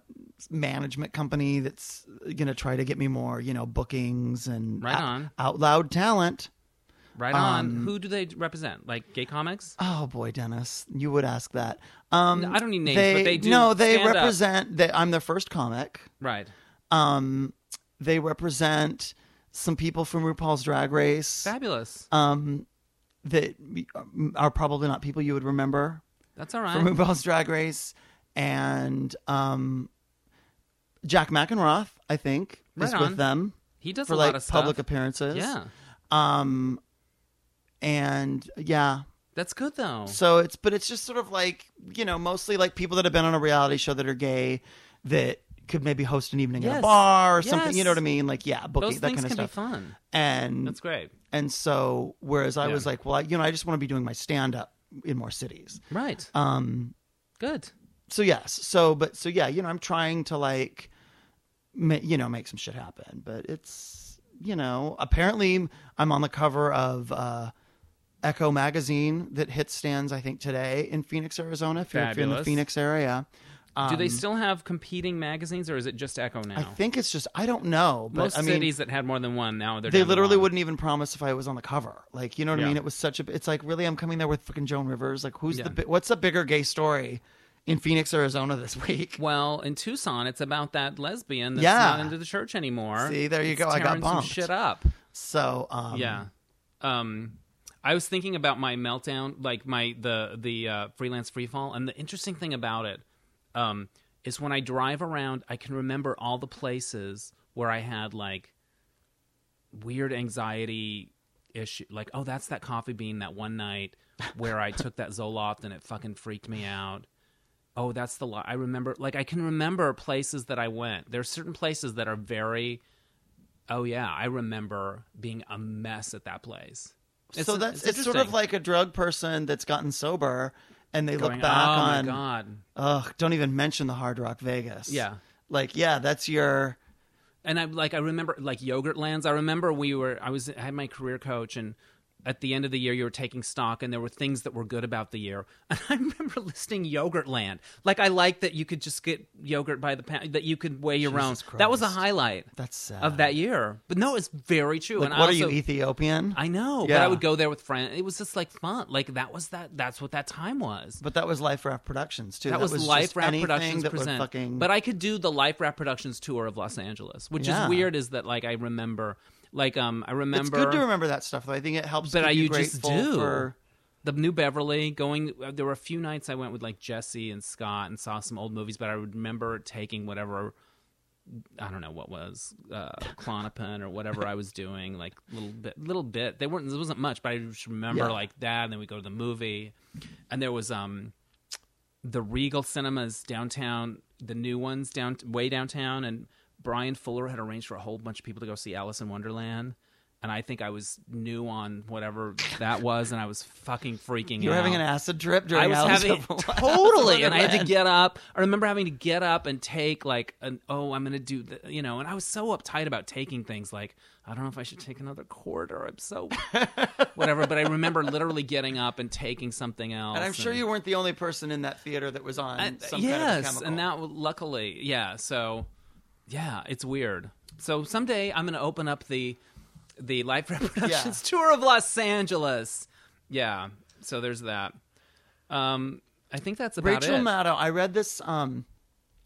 S2: management company that's gonna try to get me more, you know, bookings and
S1: Right
S2: out-
S1: on.
S2: out loud talent.
S1: Right
S2: um,
S1: on. Who do they represent? Like gay comics?
S2: Oh boy, Dennis, you would ask that. Um,
S1: I don't need names, but they do
S2: No, they
S1: stand up.
S2: represent. They, I'm their first comic.
S1: Right.
S2: Um, they represent some people from RuPaul's Drag Race
S1: Fabulous.
S2: um, that um, are probably not people you would remember
S1: That's all right.
S2: from RuPaul's Drag Race, and um, Jack McEnroth, I think, is
S1: Right on.
S2: with them
S1: he does
S2: for
S1: a
S2: like
S1: lot of stuff.
S2: public appearances.
S1: yeah.
S2: Um, and yeah,
S1: That's good though.
S2: So it's but it's just sort of like you know mostly like people that have been on a reality show that are gay that could maybe host an evening at
S1: Yes.
S2: a bar or something. You
S1: Yes.
S2: know what I mean? Like yeah, booking
S1: Those
S2: that
S1: things
S2: kind of
S1: can
S2: stuff.
S1: be fun.
S2: And
S1: That's great.
S2: and so whereas I
S1: Yeah.
S2: was like, well, I, you know, I just want to be doing my stand up in more cities.
S1: Right.
S2: Um.
S1: Good.
S2: So yes. So but so yeah. You know, I'm trying to like, ma- you know, make some shit happen. But it's you know apparently I'm on the cover of. uh Echo magazine that hits stands I think today in Phoenix, Arizona. If you're, if you're in the
S1: Fabulous.
S2: Phoenix area, Um,
S1: Do they still have competing magazines, or is it just Echo now?
S2: I think it's just I don't know, but
S1: Most
S2: I mean,
S1: cities that had more than one now they're
S2: they
S1: down to
S2: literally
S1: one.
S2: wouldn't even promise if I was on the cover. Like, you know what
S1: Yeah.
S2: I mean? It was such a. It's like really, I'm coming there with fucking Joan Rivers. Like, who's
S1: Yeah.
S2: the bi- what's the bigger gay story in Phoenix, Arizona this [laughs] week?
S1: Well, in Tucson, it's about that lesbian that's
S2: Yeah.
S1: not into the church anymore.
S2: See, there you
S1: It's
S2: go. I got
S1: tearing some
S2: bumped.
S1: shit up.
S2: So um,
S1: yeah. Um, I was thinking about my meltdown, like my the the uh, freelance freefall, and the interesting thing about it um, is when I drive around, I can remember all the places where I had like weird anxiety issue like oh that's that coffee bean that one night where i took that zoloft and it fucking freaked me out oh that's the lot i remember like i can remember places that i went there's certain places that are very oh yeah i remember being a mess at that place It's-
S2: so that's it's, sort
S1: interesting.
S2: of like a drug person that's gotten sober and they
S1: Going,
S2: look back
S1: oh
S2: on.
S1: my god
S2: Ugh, don't even mention the Hard Rock Vegas.
S1: Yeah.
S2: Like, yeah, that's your.
S1: and I like I remember like yogurt lands. I remember we were I was I had my career coach and at the end of the year you were taking stock and there were things that were good about the year. [laughs] And I remember listing yogurt land. Like I like that you could just get yogurt by the pound that you could weigh your
S2: Jesus
S1: own. That was a
S2: Christ.
S1: highlight
S2: That's sad.
S1: of that year. But no, it's very true.
S2: Like,
S1: and
S2: what
S1: I
S2: are you
S1: also-
S2: Ethiopian?
S1: I know, but
S2: Yeah.
S1: I would go there with friends. It was just like fun. Like that was that that's what that time was.
S2: But that was Life Raft Productions too.
S1: That, was,
S2: just
S1: Life Rap
S2: anything
S1: Productions
S2: that would
S1: present.
S2: fucking.
S1: But I could do the Life Rap Productions tour of Los Angeles, which
S2: Yeah.
S1: is weird. Is that like I remember, like um, I remember.
S2: It's good to remember that stuff. Though. I think it helps.
S1: But
S2: keep
S1: I,
S2: you
S1: you just
S2: grateful
S1: do
S2: For,
S1: the New Beverly. Going uh, there were a few nights I went with like Jesse and Scott and saw some old movies, but I would remember taking whatever. I don't know what was uh, clonopin or whatever I was doing, like little bit, little bit. They weren't. There wasn't much, but I just remember
S2: Yeah.
S1: like that. And then we go to the movie, and there was um, the Regal Cinemas downtown, the new ones down way downtown, and Brian Fuller had arranged for a whole bunch of people to go see Alice in Wonderland, and I think I was new on whatever that was, and I was fucking freaking.
S2: You were
S1: out.
S2: having an acid trip during
S1: I was [laughs]
S2: Alice [laughs]
S1: having
S2: Cooper.
S1: totally, and I had to get up. I remember having to get up and take like an oh, I'm gonna do th- you know, and I was so uptight about taking things like I don't know if I should take another quarter. I'm
S2: [laughs]
S1: so whatever, but I remember literally getting up and taking something else.
S2: And I'm sure you weren't the only person in that theater that was on some kind of
S1: uh, yes,
S2: chemical.
S1: and that luckily, yeah. So yeah, it's weird. So someday I'm gonna open up the the Life [laughs] Reproductions tour of Los Angeles. Yeah. So there's that. Um, I think that's about
S2: Rachel
S1: it.
S2: Maddow, I read this um,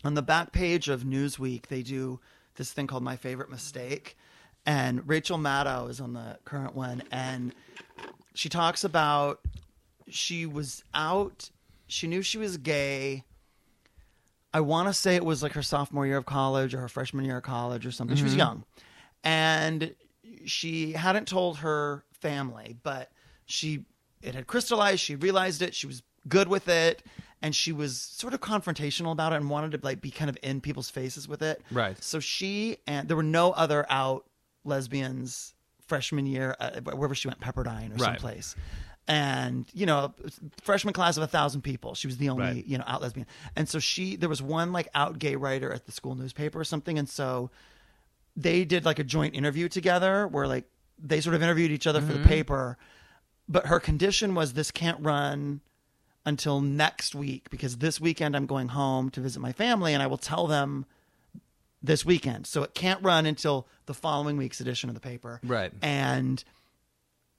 S2: on the back page of Newsweek. They do this thing called My Favorite Mistake. And Rachel Maddow is on the current one. And she talks about she was out, she knew she was gay. I want to say it was like her sophomore year of college or her freshman year of college or something. She was young. And she hadn't told her family, but she it had crystallized, she realized it, she was good with it, and she was sort of confrontational about it and wanted to like be kind of in people's faces with it.
S1: Right.
S2: So she and there were no other out lesbians freshman year uh, wherever she went Pepperdine or
S1: Right.
S2: someplace. And you know, freshman class of a thousand people. She was the only
S1: Right.
S2: you know out lesbian. And so she there was one like out gay writer at the school newspaper or something. And so they did like a joint interview together where like they sort of interviewed each other for
S1: Mm-hmm.
S2: the paper. But her condition was this can't run until next week because this weekend I'm going home to visit my family and I will tell them this weekend. So it can't run until the following week's edition of the paper.
S1: Right.
S2: And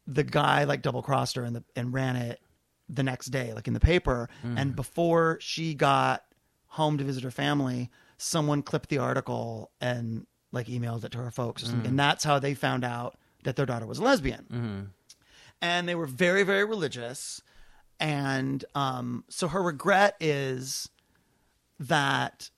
S2: the guy like double crossed her and the and ran it the next day, like in the paper. And before she got home to visit her family, someone clipped the article and like emailed it to her folks or something. And that's how they found out that their daughter was a lesbian and they were very very religious and um so her regret is that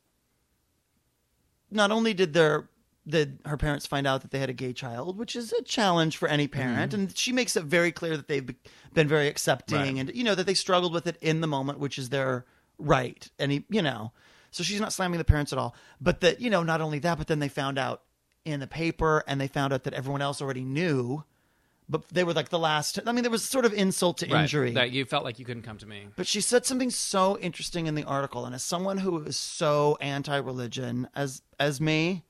S2: not only did their did her parents find out that they had a gay child which is a challenge for any parent and she makes it very clear that they've be- been very accepting
S1: Right.
S2: and you know that they struggled with it in the moment which is their right and he, you know so she's not slamming the parents at all but that you know not only that but then they found out in the paper and they found out that everyone else already knew but they were like the last. I mean, there was sort of insult to
S1: Right.
S2: injury.
S1: that you felt like you couldn't come to me.
S2: but she said something so interesting in the article, and as someone who is so anti-religion as as me,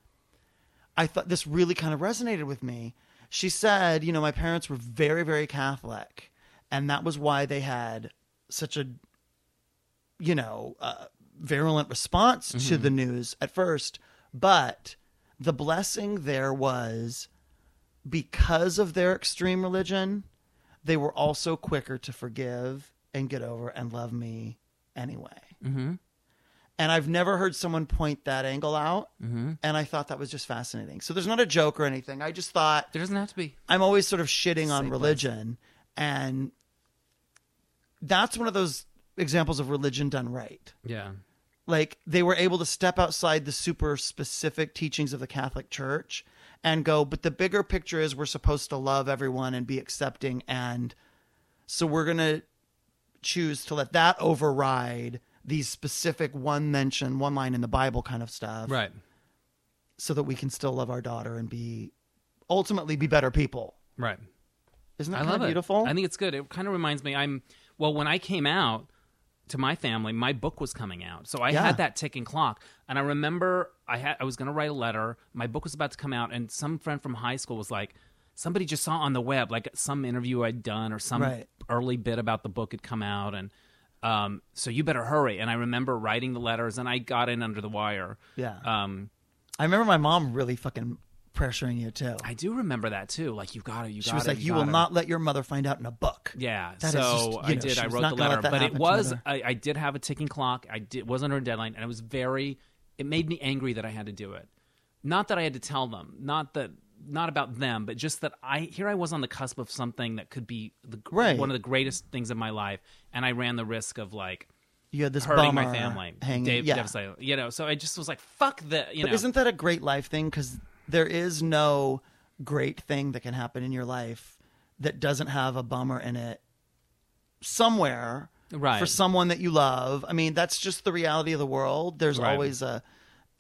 S2: I thought this really kind of resonated with me. She said, you know, my parents were very, very Catholic, and that was why they had such a, you know, uh, virulent response
S1: Mm-hmm.
S2: to the news at first. But the blessing there was because of their extreme religion, they were also quicker to forgive and get over and love me anyway.
S1: Mm-hmm.
S2: And I've never heard someone point that angle out.
S1: Mm-hmm.
S2: And I thought that was just fascinating. So there's not a joke or anything. I just thought
S1: There doesn't have to be.
S2: I'm always sort of shitting on
S1: Same
S2: religion. And that's one of those examples of religion done right.
S1: Yeah.
S2: Like they were able to step outside the super specific teachings of the Catholic Church and go, but the bigger picture is we're supposed to love everyone and be accepting. And so we're going to choose to let that override these specific one mention, one line in the Bible kind of stuff
S1: Right.
S2: so that we can still love our daughter and be ultimately be better people.
S1: Right.
S2: Isn't that
S1: I
S2: kind
S1: love
S2: of
S1: it.
S2: beautiful?
S1: I think it's good. It kind of reminds me. I'm well. When I came out to my family, my book was coming out, so I
S2: Yeah.
S1: had that ticking clock. And I remember I had I was going to write a letter. My book was about to come out, and some friend from high school was like, somebody just saw on the web like some interview I'd done or some
S2: Right.
S1: early bit about the book had come out, and um, so you better hurry. And I remember writing the letters, and I got in under the wire.
S2: Yeah.
S1: Um,
S2: I remember my mom really fucking pressuring you too.
S1: I do remember that too. Like you got it. You got
S2: she was
S1: it.
S2: like, "You will
S1: got it."
S2: not let your mother find out in a book."
S1: Yeah,
S2: That is
S1: so
S2: just- you
S1: I
S2: know,
S1: did.
S2: she
S1: I
S2: was
S1: wrote
S2: not
S1: the
S2: gonna let
S1: letter,
S2: that
S1: but it
S2: happen to
S1: was
S2: her.
S1: I, I did have a ticking clock. I did was under a deadline, and it was very. It made me angry that I had to do it. Not that I had to tell them. Not that. Not about them, but just that I here I was on the cusp of something that could be the,
S2: Right.
S1: one of the greatest things of my life, and I ran the risk of like
S2: You had this
S1: hurting my
S2: bummer
S1: family,
S2: hanging.
S1: Dave,
S2: yeah.
S1: devastating- you know. So I just was like, "Fuck the," you
S2: But
S1: know.
S2: isn't that a great life thing? Because there is no great thing that can happen in your life that doesn't have a bummer in it somewhere
S1: Right.
S2: for someone that you love. I mean, that's just the reality of the world. There's
S1: Right.
S2: always a,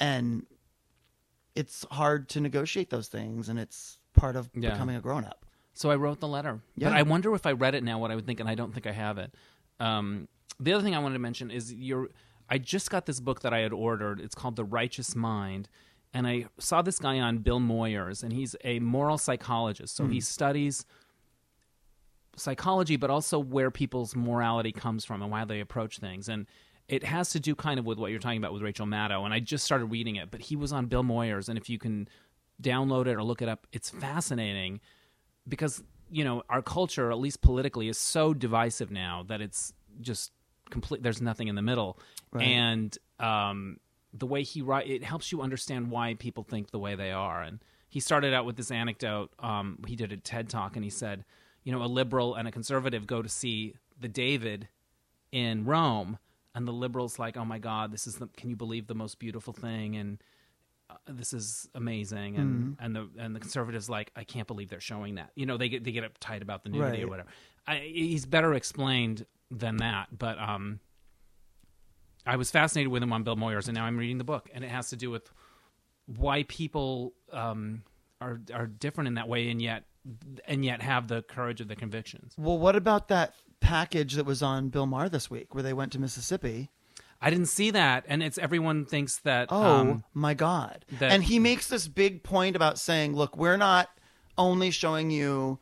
S2: and it's hard to negotiate those things, and it's part of
S1: Yeah.
S2: becoming a grown up.
S1: So I wrote the letter.
S2: Yeah.
S1: But I wonder if I read it now, what I would think, and I don't think I have it. Um, the other thing I wanted to mention is your. I just got this book that I had ordered. It's called The Righteous Mind. And I saw this guy on Bill Moyers, and he's a moral psychologist. So he studies psychology, but also where people's morality comes from and why they approach things. And it has to do kind of with what you're talking about with Rachel Maddow. And I just started reading it, but he was on Bill Moyers. And if you can download it or look it up, it's fascinating because, you know, our culture, at least politically, is so divisive now that it's just complete, there's nothing in the middle. And, um, the way he write it helps you understand why people think the way they are and he started out with this anecdote um, he did a ted talk and he said you know a liberal and a conservative go to see the david in rome and the liberals like oh my god this is the can you believe the most beautiful thing and uh, this is amazing and and the and the conservatives like i can't believe they're showing that you know they get they get uptight about the nudity
S2: Right.
S1: or whatever I, he's better explained than that but um I was fascinated with him on Bill Moyers, and now I'm reading the book, and it has to do with why people um, are are different in that way, and yet and yet have the courage of the convictions.
S2: Well, what about that package that was on Bill Maher this week where they went to Mississippi?
S1: I didn't see that, and it's everyone thinks that.
S2: Oh
S1: um,
S2: my God.
S1: that-
S2: and he makes this big point about saying, look, we're not only showing you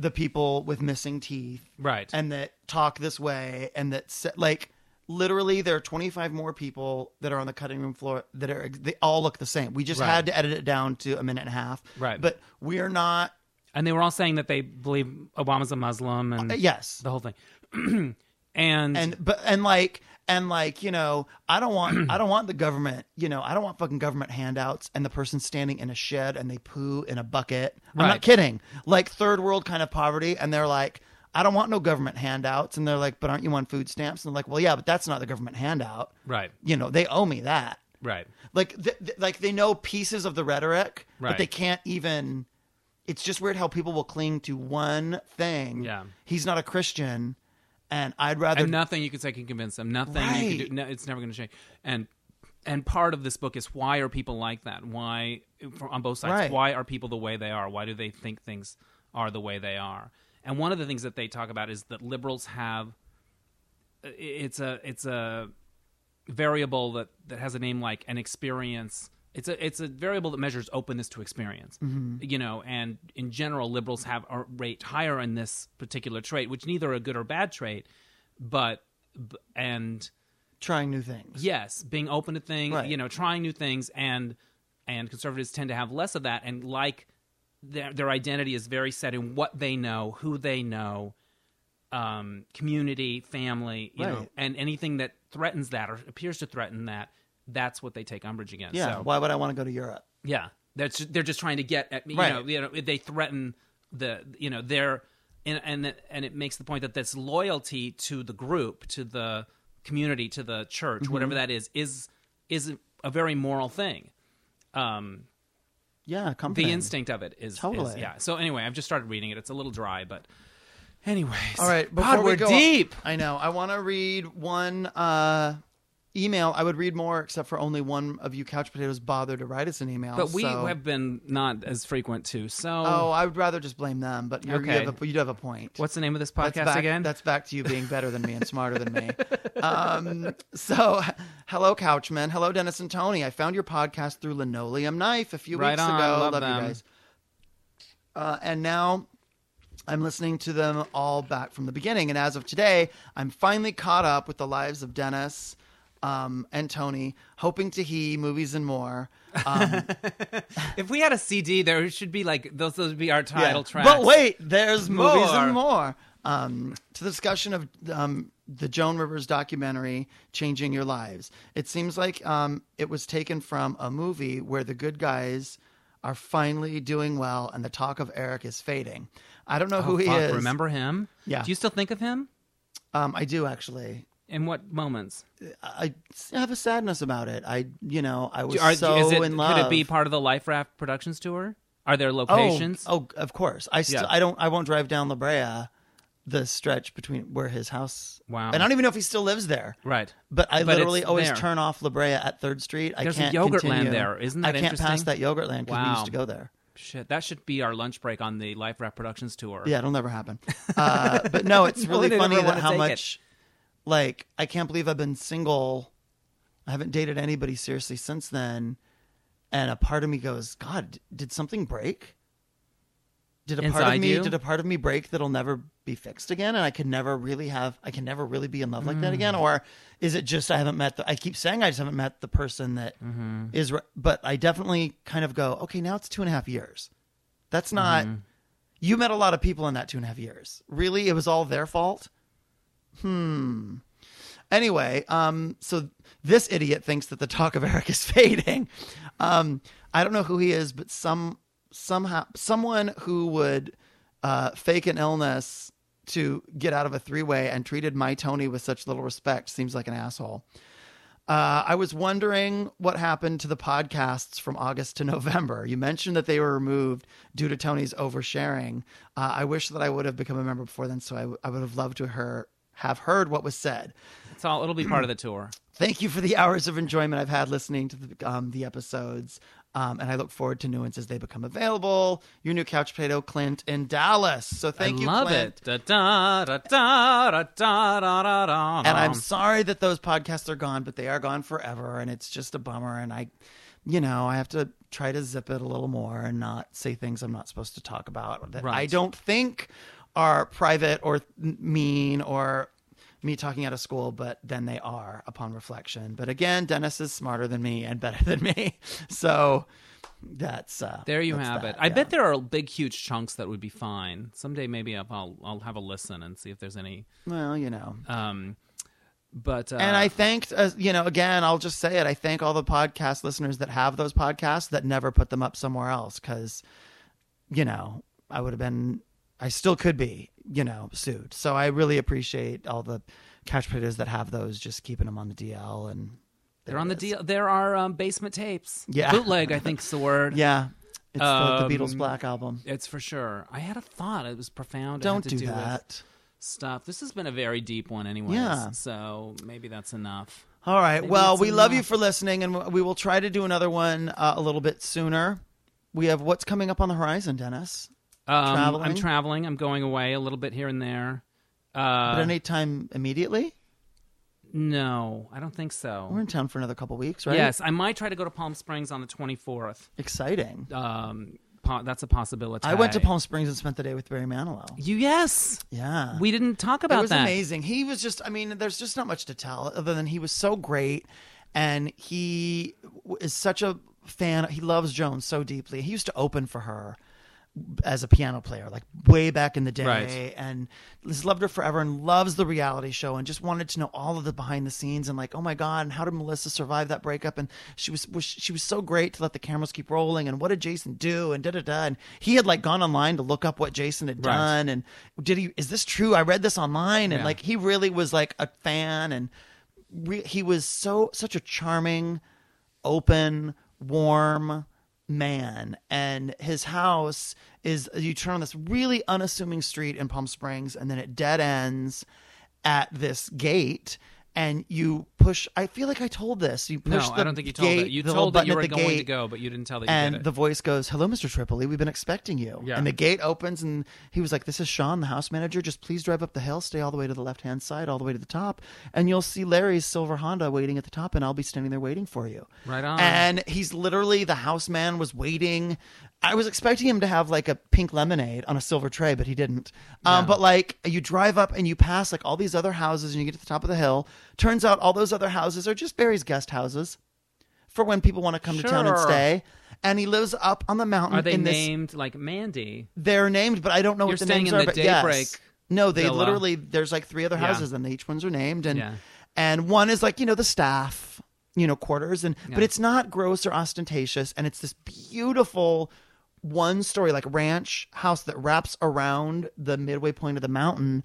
S2: the people with missing teeth
S1: right,
S2: and that talk this way and that, se- like, literally there are 25 more people that are on the cutting room floor that are, they all look the same. We just
S1: Right.
S2: had to edit it down to a minute and a half.
S1: Right.
S2: But we're not,
S1: and they were all saying that they believe Obama's a Muslim and
S2: yes.
S1: the whole thing, [clears throat] and,
S2: and but and like and like you know i don't want i don't want the government you know i don't want fucking government handouts and the person standing in a shed and they poo in a bucket i'm not
S1: Right.
S2: kidding like third world kind of poverty and they're like i don't want no government handouts and they're like but aren't you on food stamps and they're like well yeah but that's not the government handout
S1: right,
S2: you know they owe me that
S1: right,
S2: like th- th- like they know pieces of the rhetoric but
S1: Right.
S2: they can't even it's just weird how people will cling to one thing
S1: Yeah.
S2: he's not a christian and i'd rather
S1: and nothing you can say can convince them. Nothing you can
S2: Right.
S1: do. No, it's never going to change. And and part of this book is why are people like that? Why for- on both sides?
S2: Right.
S1: Why are people the way they are? Why do they think things are the way they are? And one of the things that they talk about is that liberals have i- it's a it's a variable that that has a name like an experience. It's a it's a variable that measures openness to experience. You know, and in general, liberals have a rate higher in this particular trait, which neither a good or bad trait, but b- and
S2: trying new things.
S1: yes, being open to things,
S2: Right.
S1: you know, trying new things, and and conservatives tend to have less of that, and like their their identity is very set in what they know, who they know, um, community, family, you know,
S2: Right.
S1: and anything that threatens that or appears to threaten that, that's what they take umbrage against.
S2: Yeah.
S1: So,
S2: Why would I want to go to Europe?
S1: yeah, they're just, they're just trying to get at me.
S2: Right.
S1: You know, you know, they threaten the you know their and and and it makes the point that this loyalty to the group, to the community, to the church,
S2: Mm-hmm.
S1: whatever that is, is is a very moral thing. Um,
S2: Yeah,
S1: the
S2: company.
S1: instinct of it is is-
S2: Totally.
S1: yeah. So anyway, I've just started reading it. It's a little dry, but anyways,
S2: All right,
S1: God,
S2: before
S1: we're
S2: we go,
S1: deep.
S2: I know. I want to read one uh, email. I would read more, except for only one of you couch potatoes bothered to write us an email.
S1: But we
S2: so-
S1: have been not as frequent too. So
S2: Oh, I would rather just blame them. But you're,
S1: Okay.
S2: you, have a, you do have a point.
S1: what's the name of this
S2: that's
S1: podcast
S2: back,
S1: again?
S2: That's back to you being better than me and smarter than me.
S1: [laughs]
S2: Um, so, hello, Couchman. Hello, Dennis and Tony. I found your podcast through Linoleum Knife a few
S1: Right
S2: weeks
S1: on.
S2: ago.
S1: Love
S2: you
S1: them.
S2: guys. Uh, and now I'm listening to them all back from the beginning. And as of today, I'm finally caught up with the lives of Dennis um, and Tony, hoping to he movies and more.
S1: If we had a CD, there should be like those. Those would be our title
S2: Yeah.
S1: tracks.
S2: But wait, there's movies
S1: More.
S2: and more. Um, to the discussion of um, the Joan Rivers documentary, Changing Your Lives. It seems like um, it was taken from a movie where the good guys are finally doing well and the talk of Eric is fading. I don't know who he
S1: Oh, Fuck,
S2: is.
S1: Remember him?
S2: Yeah.
S1: Do you still think of him?
S2: Um, I do actually.
S1: In what moments?
S2: I I have a sadness about it. I, you know, I was
S1: Do- are-
S2: so
S1: is it,
S2: in love.
S1: Could it be part of the Life Raft Productions tour? Are there
S2: oh,
S1: locations?
S2: oh, of course. I still,
S1: Yeah.
S2: I don't, I won't drive down La Brea, the stretch between where his house.
S1: Wow.
S2: And I don't even know if he still lives there.
S1: Right.
S2: But I
S1: But it's
S2: literally always
S1: there.
S2: turn off La Brea at Third Street. I
S1: There's a
S2: can't
S1: Yogurtland
S2: continue.
S1: there. Isn't that
S2: I can't pass
S1: interesting?
S2: that Yogurtland because we
S1: Wow.
S2: used to go there.
S1: Shit, that should be our lunch break on the Life Rap Productions tour.
S2: Yeah, it'll
S1: [laughs]
S2: never happen. Uh, but no, it's
S1: No
S2: really
S1: one would
S2: funny
S1: ever
S2: that
S1: wanna
S2: how
S1: take
S2: much, like, I can't believe I've been single. I haven't dated anybody seriously since then. And a part of me goes, God, did something break? Did a part
S1: Inside
S2: of me
S1: you?
S2: did a part of me break that'll never be fixed again, and I could never really have I can never really be in love like that again,
S1: Mm.
S2: or is it just I haven't met the I keep saying I just haven't met the person that is.
S1: Mm-hmm.
S2: re- but I definitely kind of go okay now it's two and a half years, that's not
S1: Mm-hmm.
S2: you met a lot of people in that two and a half years. Really? It was all their fault? Hmm. Anyway, um, so this idiot thinks that the talk of Eric is [laughs] fading. Um, I don't know who he is, but some somehow someone who would uh, fake an illness to get out of a three way and treated my Tony with such little respect seems like an asshole. Uh, I was wondering what happened to the podcasts from August to November. You mentioned that they were removed due to Tony's oversharing. Uh, I wish that I would have become a member before then, so I, w- I would have loved to her have heard what was said.
S1: It's all. It'll be part of the tour.
S2: Thank you for the [laughs] hours of enjoyment I've had listening to the, um, the episodes, um, and I look forward to new ones as they become available. Your new couch potato, Clint in Dallas. So [clears throat] thank
S1: I
S2: you,
S1: love
S2: Clint.
S1: it. Da, da, da, da, da, da, da, da, da,
S2: and I'm sorry that those podcasts are gone, but they are gone forever, and it's just a bummer. And I, you know, I have to try to zip it a little more and not say things I'm not supposed to talk about that I
S1: Right.
S2: don't think are private or m- mean or me talking out of school, but then they are upon reflection. But again, Dennis is smarter than me and better [laughs] than me, so that's uh,
S1: There you
S2: that's
S1: have
S2: that,
S1: it. I
S2: yeah.
S1: bet there are big, huge chunks that would be fine. Someday, maybe I'll- I'll I'll have a listen and see if there's any.
S2: Well, you know,
S1: Um, but uh,
S2: And I thanked, uh, you know, again, I'll just say it. I thank all the podcast listeners that have those podcasts that never put them up somewhere else because, you know, I would have been, I still could be, you know, sued. So I really appreciate all the couch potatoes that have those, just keeping them on the DL. And
S1: they're on the
S2: it is.
S1: deal. There are um, basement tapes.
S2: Yeah.
S1: bootleg. I think's the word.
S2: [laughs] Yeah. It's the,
S1: Um,
S2: the Beatles Black album.
S1: It's for sure. I had a thought. It was profound. It had
S2: Don't
S1: to with
S2: do, that.
S1: stuff. This has been a very deep one, anyways.
S2: Yeah.
S1: So maybe that's enough.
S2: All right.
S1: Maybe
S2: well,
S1: it's
S2: we love you
S1: enough.
S2: for listening, and we will try to do another one uh, a little bit sooner. We have what's coming up on the horizon, Dennis.
S1: Um,
S2: Traveling?
S1: I'm traveling. I'm going away a little bit here and there.
S2: But
S1: Uh,
S2: anytime immediately?
S1: no, I don't think so.
S2: We're in town for another couple weeks, right?
S1: Yes, I might try to go to Palm Springs on the 24th.
S2: Exciting.
S1: Um, po- that's a possibility.
S2: I went to Palm Springs and spent the day with Barry Manilow.
S1: You yes,
S2: Yeah.
S1: we didn't talk about
S2: it was
S1: that.
S2: amazing. He was just, I mean, there's just not much to tell other than he was so great and he w- is such a fan. He loves Joan so deeply. He used to open for her as a piano player, like way back in the day,
S1: Right.
S2: and just loved her forever and loves the reality show and just wanted to know all of the behind the scenes and like, oh my god, and how did Melissa survive that breakup? And she was, was she was so great to let the cameras keep rolling and what did Jason do and da da da. And he had like gone online to look up what Jason had
S1: Right.
S2: done and did he is this true? I read this online and
S1: Yeah.
S2: like he really was like a fan and re- he was so such a charming open, warm man. And his house is you turn on this really unassuming street in Palm Springs, and then it dead ends at this gate. And you push. I feel like I told this. You
S1: No,
S2: push. the
S1: I don't think you told
S2: gate,
S1: that. You
S2: the little
S1: told that
S2: button
S1: you
S2: at
S1: were
S2: the
S1: going
S2: gate,
S1: to go, but you didn't tell that you did
S2: And
S1: it.
S2: the voice goes, "Hello, Mr. Tripoli. We've been expecting you."
S1: Yeah.
S2: And the gate opens, and he was like, "This is Sean, the house manager. Just please drive up the hill, stay all the way to the left-hand side, all the way to the top, and you'll see Larry's silver Honda waiting at the top, and I'll be standing there waiting for you."
S1: Right on.
S2: And he's literally the house man was waiting. I was expecting him to have like a pink lemonade on a silver tray, but he didn't. Um, But like you drive up and you pass like all these other houses, and you get to the top of the hill. Turns out all those other houses are just Barry's guest houses for when people want to come to town and
S1: Sure.
S2: stay. And he lives up on the mountain.
S1: Are they
S2: in this,
S1: named like Mandy?
S2: They're named, but I don't know
S1: You're
S2: what the
S1: staying
S2: names
S1: in
S2: are.
S1: the
S2: but yes.
S1: Daybreak
S2: no, they
S1: Villa.
S2: literally there's like three other
S1: Yeah.
S2: houses, and each ones are named, and
S1: Yeah.
S2: and one is like you know the staff, you know quarters, and but
S1: Yeah.
S2: it's not gross or ostentatious, and it's this beautiful one story like ranch house that wraps around the midway point of the mountain,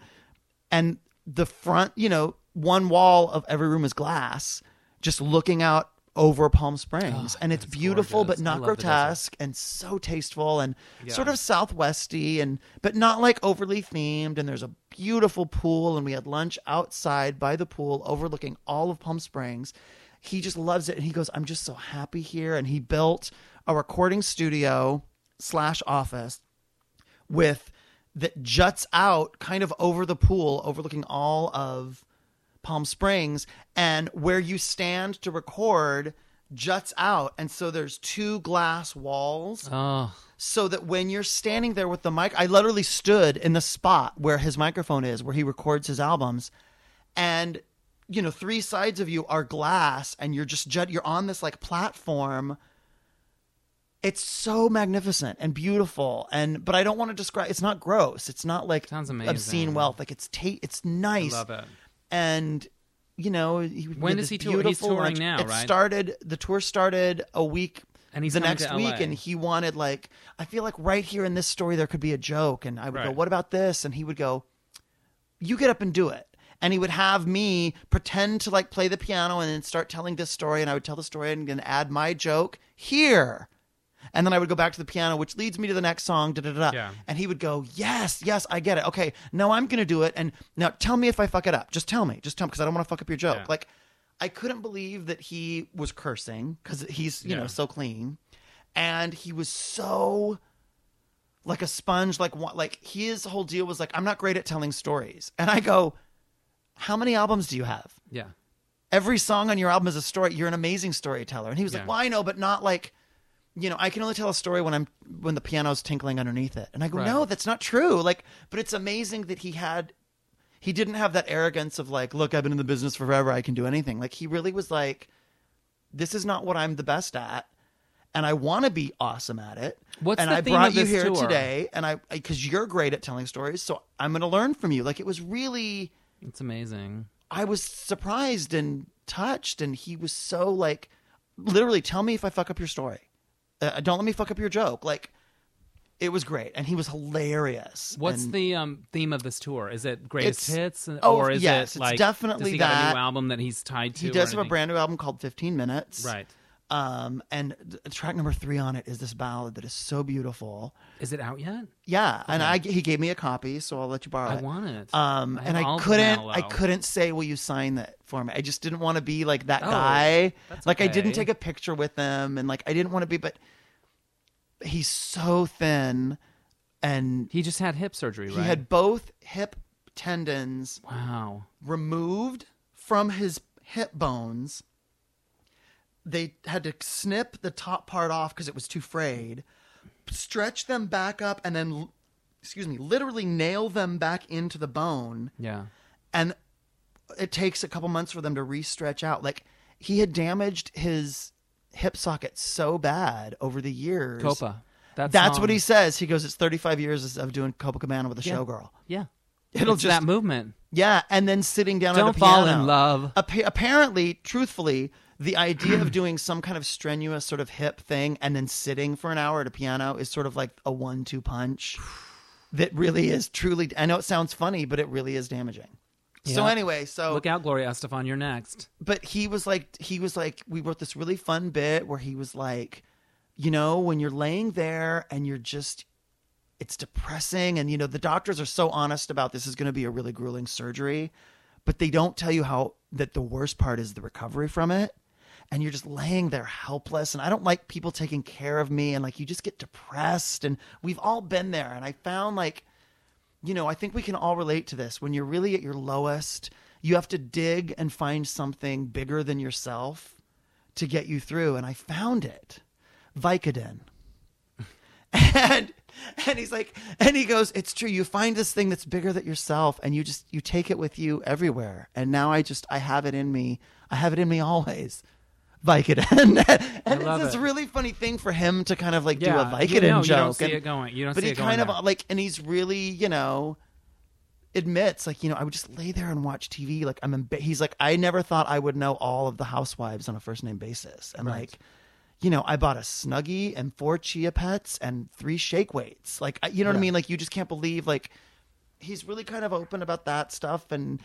S2: and the front, you know, one wall of every room is glass, just looking out over Palm Springs, and it's beautiful
S1: Ah, gorgeous.
S2: but
S1: I
S2: not
S1: love the desert.
S2: grotesque and so tasteful and
S1: Yeah.
S2: sort of southwesty and but not like overly themed and there's a beautiful pool and we had lunch outside by the pool overlooking all of Palm Springs. He just loves it and he goes, "I'm just so happy here." And he built a recording studio slash office with that juts out kind of over the pool overlooking all of Palm Springs and where you stand to record juts out and so there's two glass walls
S1: Oh,
S2: so that when you're standing there with the mic I literally stood in the spot where his microphone is where he records his albums and you know three sides of you are glass and you're just jut you're on this like platform it's so magnificent and beautiful and but i don't want to describe it's not gross it's not like
S1: Sounds amazing.
S2: obscene wealth like it's ta- it's nice
S1: love it.
S2: and you know he
S1: When
S2: did
S1: is
S2: this
S1: he tour- he's
S2: beautiful
S1: touring
S2: lunch.
S1: now,
S2: it
S1: right?
S2: started the tour started a week
S1: And he's
S2: the
S1: coming
S2: next
S1: to
S2: week
S1: LA.
S2: and he wanted like i feel like right here in this story there could be a joke and i would go
S1: Right.
S2: what about this and he would go you get up and do it. And he would have me pretend to like play the piano and then start telling this story. And I would tell the story and then add my joke here. And then I would go back to the piano, which leads me to the next song. Da, da, da. da.
S1: Yeah.
S2: And he would go, Yes, yes, I get it. Okay, now I'm going to do it. And now tell me if I fuck it up. Just tell me. Just tell me because I don't want to fuck up your joke.
S1: Yeah.
S2: Like, I couldn't believe that he was cursing because he's, you
S1: Yeah.
S2: know, so clean. And he was so like a sponge like wa- like his whole deal was like i'm not great at telling stories and i go how many albums do you have
S1: Yeah.
S2: every song on your album is a story you're an amazing storyteller and he was
S1: Yeah.
S2: like well i know but not like you know i can only tell a story when i'm when the piano's tinkling underneath it and i go
S1: Right.
S2: no that's not true like but it's amazing that he had he didn't have that arrogance of like look i've been in the business forever i can do anything like he really was like this is not what i'm the best at and i want to be awesome at it
S1: What's
S2: and
S1: the
S2: i
S1: theme
S2: brought
S1: of
S2: you
S1: this
S2: here
S1: tour?
S2: today and i because you're great at telling stories so i'm going to learn from you like it was really
S1: It's amazing.
S2: I was surprised and touched, and he was so like, literally, tell me if I fuck up your story. Uh, don't let me fuck up your joke. Like, it was great, and he was hilarious.
S1: What's
S2: and
S1: the um, theme of this tour? Is it greatest
S2: It's-
S1: hits, and-
S2: oh,
S1: or is
S2: yes, it's
S1: it like
S2: definitely
S1: does he got a
S2: that.
S1: new album that he's tied to?
S2: He
S1: or
S2: does have a
S1: anything?
S2: brand new album called 15 Minutes.
S1: right?
S2: Um, and th- track number three on it is this ballad that is so beautiful.
S1: Is it out yet?
S2: Yeah, and I he gave me a copy, so I'll let you borrow
S1: I
S2: it.
S1: want it.
S2: Um,
S1: I have
S2: and I
S1: all of
S2: couldn't,
S1: Manilo.
S2: I couldn't say, "Will you sign that for me?" I just didn't want to be like that
S1: Oh,
S2: guy.
S1: that's
S2: Like I didn't
S1: okay.
S2: take a picture with him, and like I didn't want to be. But he's so thin, and
S1: He just had hip surgery,
S2: he
S1: right?
S2: had both hip tendons
S1: wow.
S2: removed from his hip bones. They had to snip the top part off because it was too frayed, stretch them back up, and then, excuse me, literally nail them back into the bone
S1: Yeah.
S2: and it takes a couple months for them to re-stretch out. Like he had damaged his hip socket so bad over the years.
S1: Copa. That
S2: That's
S1: song.
S2: what he sasays. He goes, "It's 35 years of doing Copacabana with a
S1: Yeah.
S2: showgirl."
S1: Yeah.
S2: It'll
S1: It's
S2: just
S1: that movement.
S2: yeah, and then sitting down. at
S1: Don't
S2: a
S1: fall
S2: piano.
S1: in love.
S2: Appa- apparently, truthfully, the idea of doing some kind of strenuous sort of hip thing and then sitting for an hour at a piano is sort of like a one-two punch. That really is truly. I know it sounds funny, but it really is damaging. So
S1: Yeah.
S2: anyway, so
S1: Look out, Gloria Estefan. You're next.
S2: but he was like he was like we wrote this really fun bit where he was like you know when you're laying there and you're just it's depressing and you know the doctors are so honest about this is going to be a really grueling surgery but they don't tell you how that the worst part is the recovery from it and you're just laying there helpless and i don't like people taking care of me and like you just get depressed and we've all been there and i found like you know, I think we can all relate to this. When you're really at your lowest, you have to dig and find something bigger than yourself to get you through. And I found it Vicodin. [laughs] and and he's like and he goes it's true you find this thing that's bigger than yourself and you just you take it with you everywhere and now i just i have it in me i have it in me always vicodin [laughs] and
S1: love
S2: it's this
S1: it.
S2: really funny thing for him to kind of like
S1: Yeah,
S2: do a
S1: you-
S2: vicodin
S1: no,
S2: joke
S1: you don't see
S2: and-
S1: it going. You don't
S2: but
S1: see
S2: he
S1: it going
S2: kind
S1: there.
S2: of like and he's really you know admits like you know i would just lay there and watch tv like i'm emb- he's like i never thought i would know all of the housewives on a first name basis and like you know i bought a snuggie and four chia pets and three shake weights like I- you know what i mean like you just can't believe like he's really kind of open about that stuff and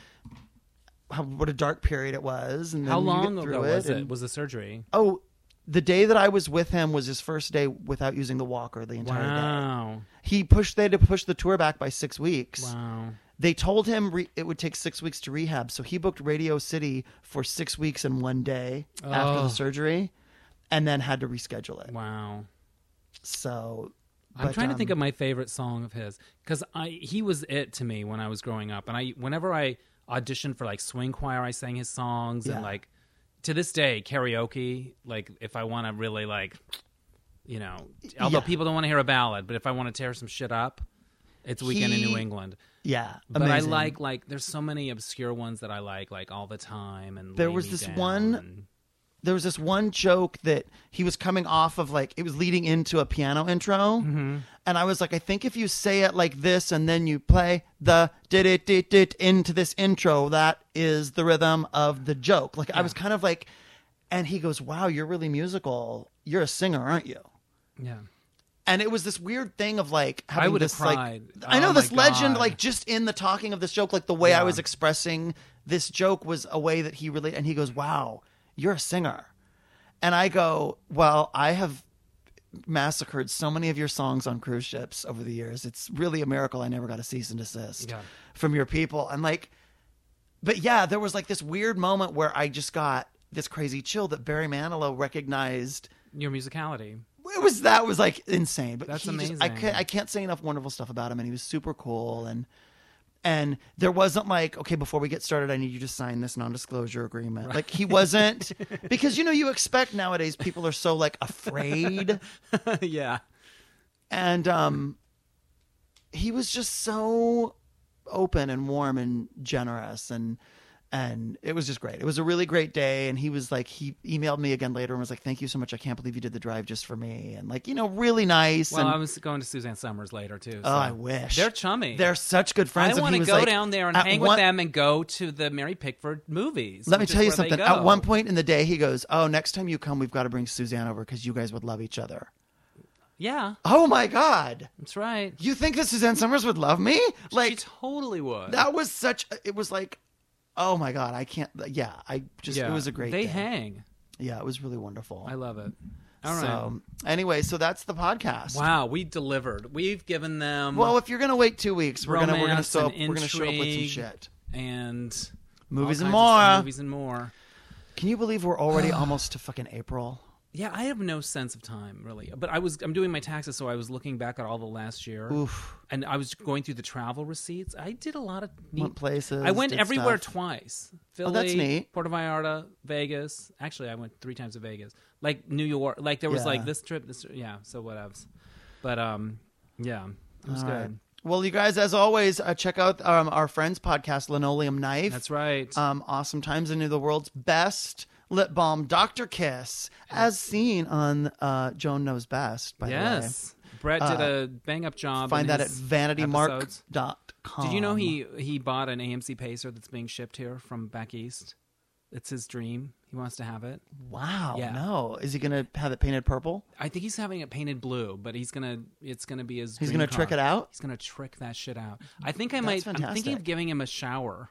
S2: how, what a dark period it was and
S1: How
S2: then you get
S1: long
S2: through
S1: ago was
S2: and-
S1: it? Was the surgery?
S2: oh the day that i was with him was his first day without using the walker the entire day
S1: Wow.
S2: he pushed they had to push the tour back by six weeks
S1: Wow.
S2: they told him re- it would take six weeks to rehab so he booked radio city for six weeks and one day after
S1: Oh.
S2: the surgery and then had to reschedule it
S1: Wow.
S2: so
S1: I'm
S2: But,
S1: trying to think of
S2: um,
S1: my favorite song of his because I he was it to me when I was growing up, and I whenever I auditioned for like swing choir, I sang his songs,
S2: Yeah.
S1: and like to this day karaoke. Like if I want to really like, you know, although
S2: Yeah.
S1: people don't want to hear a ballad, but if I want to tear some shit up, it's weekend in New
S2: He-
S1: England.
S2: Yeah,
S1: But
S2: amazing.
S1: I like like there's so many obscure ones that I like like all the time and
S2: There
S1: Lay
S2: was
S1: Me
S2: this
S1: Down
S2: one-
S1: and-
S2: there was this one joke that he was coming off of like it was leading into a piano intro and i was like i think if you say it like this and then you play the did it did it into this intro that is the rhythm of the joke like i was kind of like and he goes wow you're really musical you're a singer aren't you
S1: yeah
S2: and it was this weird thing of like having
S1: would have
S2: this
S1: cried.
S2: like I know
S1: Oh
S2: this
S1: my
S2: legend
S1: God.
S2: like just in the talking of this joke like the way I
S1: Yeah.
S2: was expressing this joke was a way that he really and he goes wow you're a singer and I go well I have massacred so many of your songs on cruise ships over the years it's really a miracle I never got a cease and desist
S1: Yeah.
S2: from your people and like but yeah, there was like this weird moment where I just got this crazy chill that Barry Manilow recognized
S1: your
S2: [laughs]
S1: musicality.
S2: it was that was like insane. But
S1: That's
S2: he Just, I
S1: amazing.
S2: can't I can't say enough wonderful stuff about him, and he was super cool and. And there wasn't like, okay, before we get started, I need you to sign this non-disclosure agreement. Like he wasn't, because you know
S1: [laughs]
S2: you expect nowadays people are so like afraid,
S1: yeah.
S2: and um, he was just so open and warm and generous, and and it was just great. It was a really great day, and he was like, he emailed me again later and was like, thank you so much. I can't believe you did the drive just for me, and like you know, really nice.
S1: Well,
S2: and,
S1: I was going to Suzanne Summers later too.
S2: Oh,
S1: so-
S2: I wish
S1: They're chummy.
S2: They're such good
S1: I
S2: friends. and
S1: want
S2: he
S1: to
S2: was
S1: go
S2: like,
S1: down there and
S2: at
S1: hang
S2: one-
S1: with them and go to the Mary Pickford movies.
S2: Let me
S1: which is
S2: tell you
S1: where they
S2: something.
S1: go.
S2: At one point in the day, he goes, "Oh, next time you come, we've got to bring Suzanne over because you guys would love each other."
S1: yeah,
S2: Oh my God!
S1: that's right.
S2: You think that Suzanne Summers would love me? Like
S1: she totally would.
S2: that was such. It was like, oh my God! I can't. Yeah, I just.
S1: Yeah.
S2: It was a great.
S1: They
S2: day.
S1: hang.
S2: Yeah, it was really wonderful.
S1: I love it. All right.
S2: So anyway, so that's the podcast.
S1: wow, we delivered. We've given them
S2: Well, if you're gonna wait two weeks, we're gonna we're gonna
S1: Romance
S2: show up,
S1: and
S2: we're gonna show up with some
S1: intrigue.
S2: shit.
S1: and
S2: Movies
S1: all kinds of stuff,
S2: and more.
S1: Movies and more.
S2: Can you believe
S1: [sighs]
S2: we're already almost to fucking April?
S1: Yeah, I have no sense of time really. But I was I'm doing my taxes, so I was looking back at all the last year,
S2: Oof.
S1: and I was going through the travel receipts. I did a lot of neat
S2: Went places.
S1: I went
S2: did
S1: everywhere
S2: stuff.
S1: twice. Philly,
S2: Oh, that's neat.
S1: Puerto Vallarta, Vegas. Actually, I went three times to Vegas. Like New York. Like there was
S2: Yeah.
S1: like this trip. This yeah. So whatevs. But um, yeah, it was
S2: All
S1: good.
S2: right. Well, you guys, as always, uh, check out um, our friends' podcast, Linoleum Knife.
S1: That's right.
S2: Um, awesome times into the world's best lip balm, Doctor Kiss, as seen on uh, Joan Knows Best. By
S1: yes, Brett did a bang up
S2: the way,
S1: job.
S2: uh, find
S1: in
S2: that at
S1: his episodes.
S2: vanitymark.com.
S1: Did you know he he bought an AMC Pacer that's being shipped here from back east? It's his dream. He wants to have it.
S2: Wow.
S1: Yeah.
S2: No, is he gonna have it painted purple?
S1: I think he's having it painted blue, but he's gonna it's gonna be his.
S2: He's
S1: dream
S2: gonna trick
S1: car.
S2: it out?
S1: He's gonna trick that shit out. I think I might. I'm
S2: fantastic.
S1: thinking of giving him a shower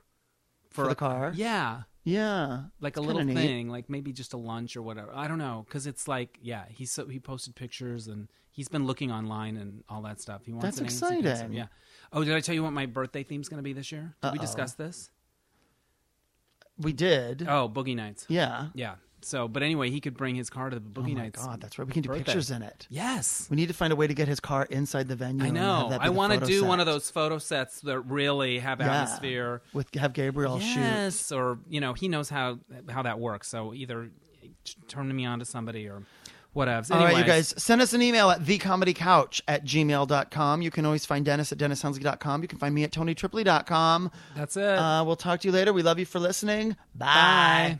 S2: For the
S1: a-
S2: car?
S1: Yeah,
S2: Yeah,
S1: like
S2: It's
S1: a
S2: kinda
S1: little
S2: neat.
S1: thing, like maybe just a lunch or whatever. I don't know, because it's like yeah, he's so he posted pictures and he's been looking online and all that stuff. He wants
S2: That's
S1: an AMC picture,
S2: exciting.
S1: Yeah. Oh, did I tell you what my birthday theme's gonna be this year? Did we
S2: Uh-oh.
S1: discuss this?
S2: We did.
S1: Oh, boogie nights.
S2: yeah.
S1: Yeah. So, but anyway, he could bring his car to the boogie
S2: Oh my
S1: nights.
S2: God, that's right. We can do
S1: birthday.
S2: pictures in it.
S1: Yes.
S2: We need to find a way to get his car inside the venue.
S1: I
S2: and have
S1: know.
S2: that be
S1: I
S2: the
S1: want to
S2: photo
S1: do one
S2: set.
S1: of those photo sets that really have
S2: Yeah.
S1: atmosphere.
S2: with have Gabriel shoot.
S1: yes, or you know, he knows how how that works. So either turn me on to somebody or whatever.
S2: All right, you guys, send us an email at thecomedycouch at gmail.com. You can always find Dennis at dennishensley.com. You can find me at tonytripley.com.
S1: That's it.
S2: Uh, we'll talk to you later. We love you for listening.
S1: Bye.
S2: Bye.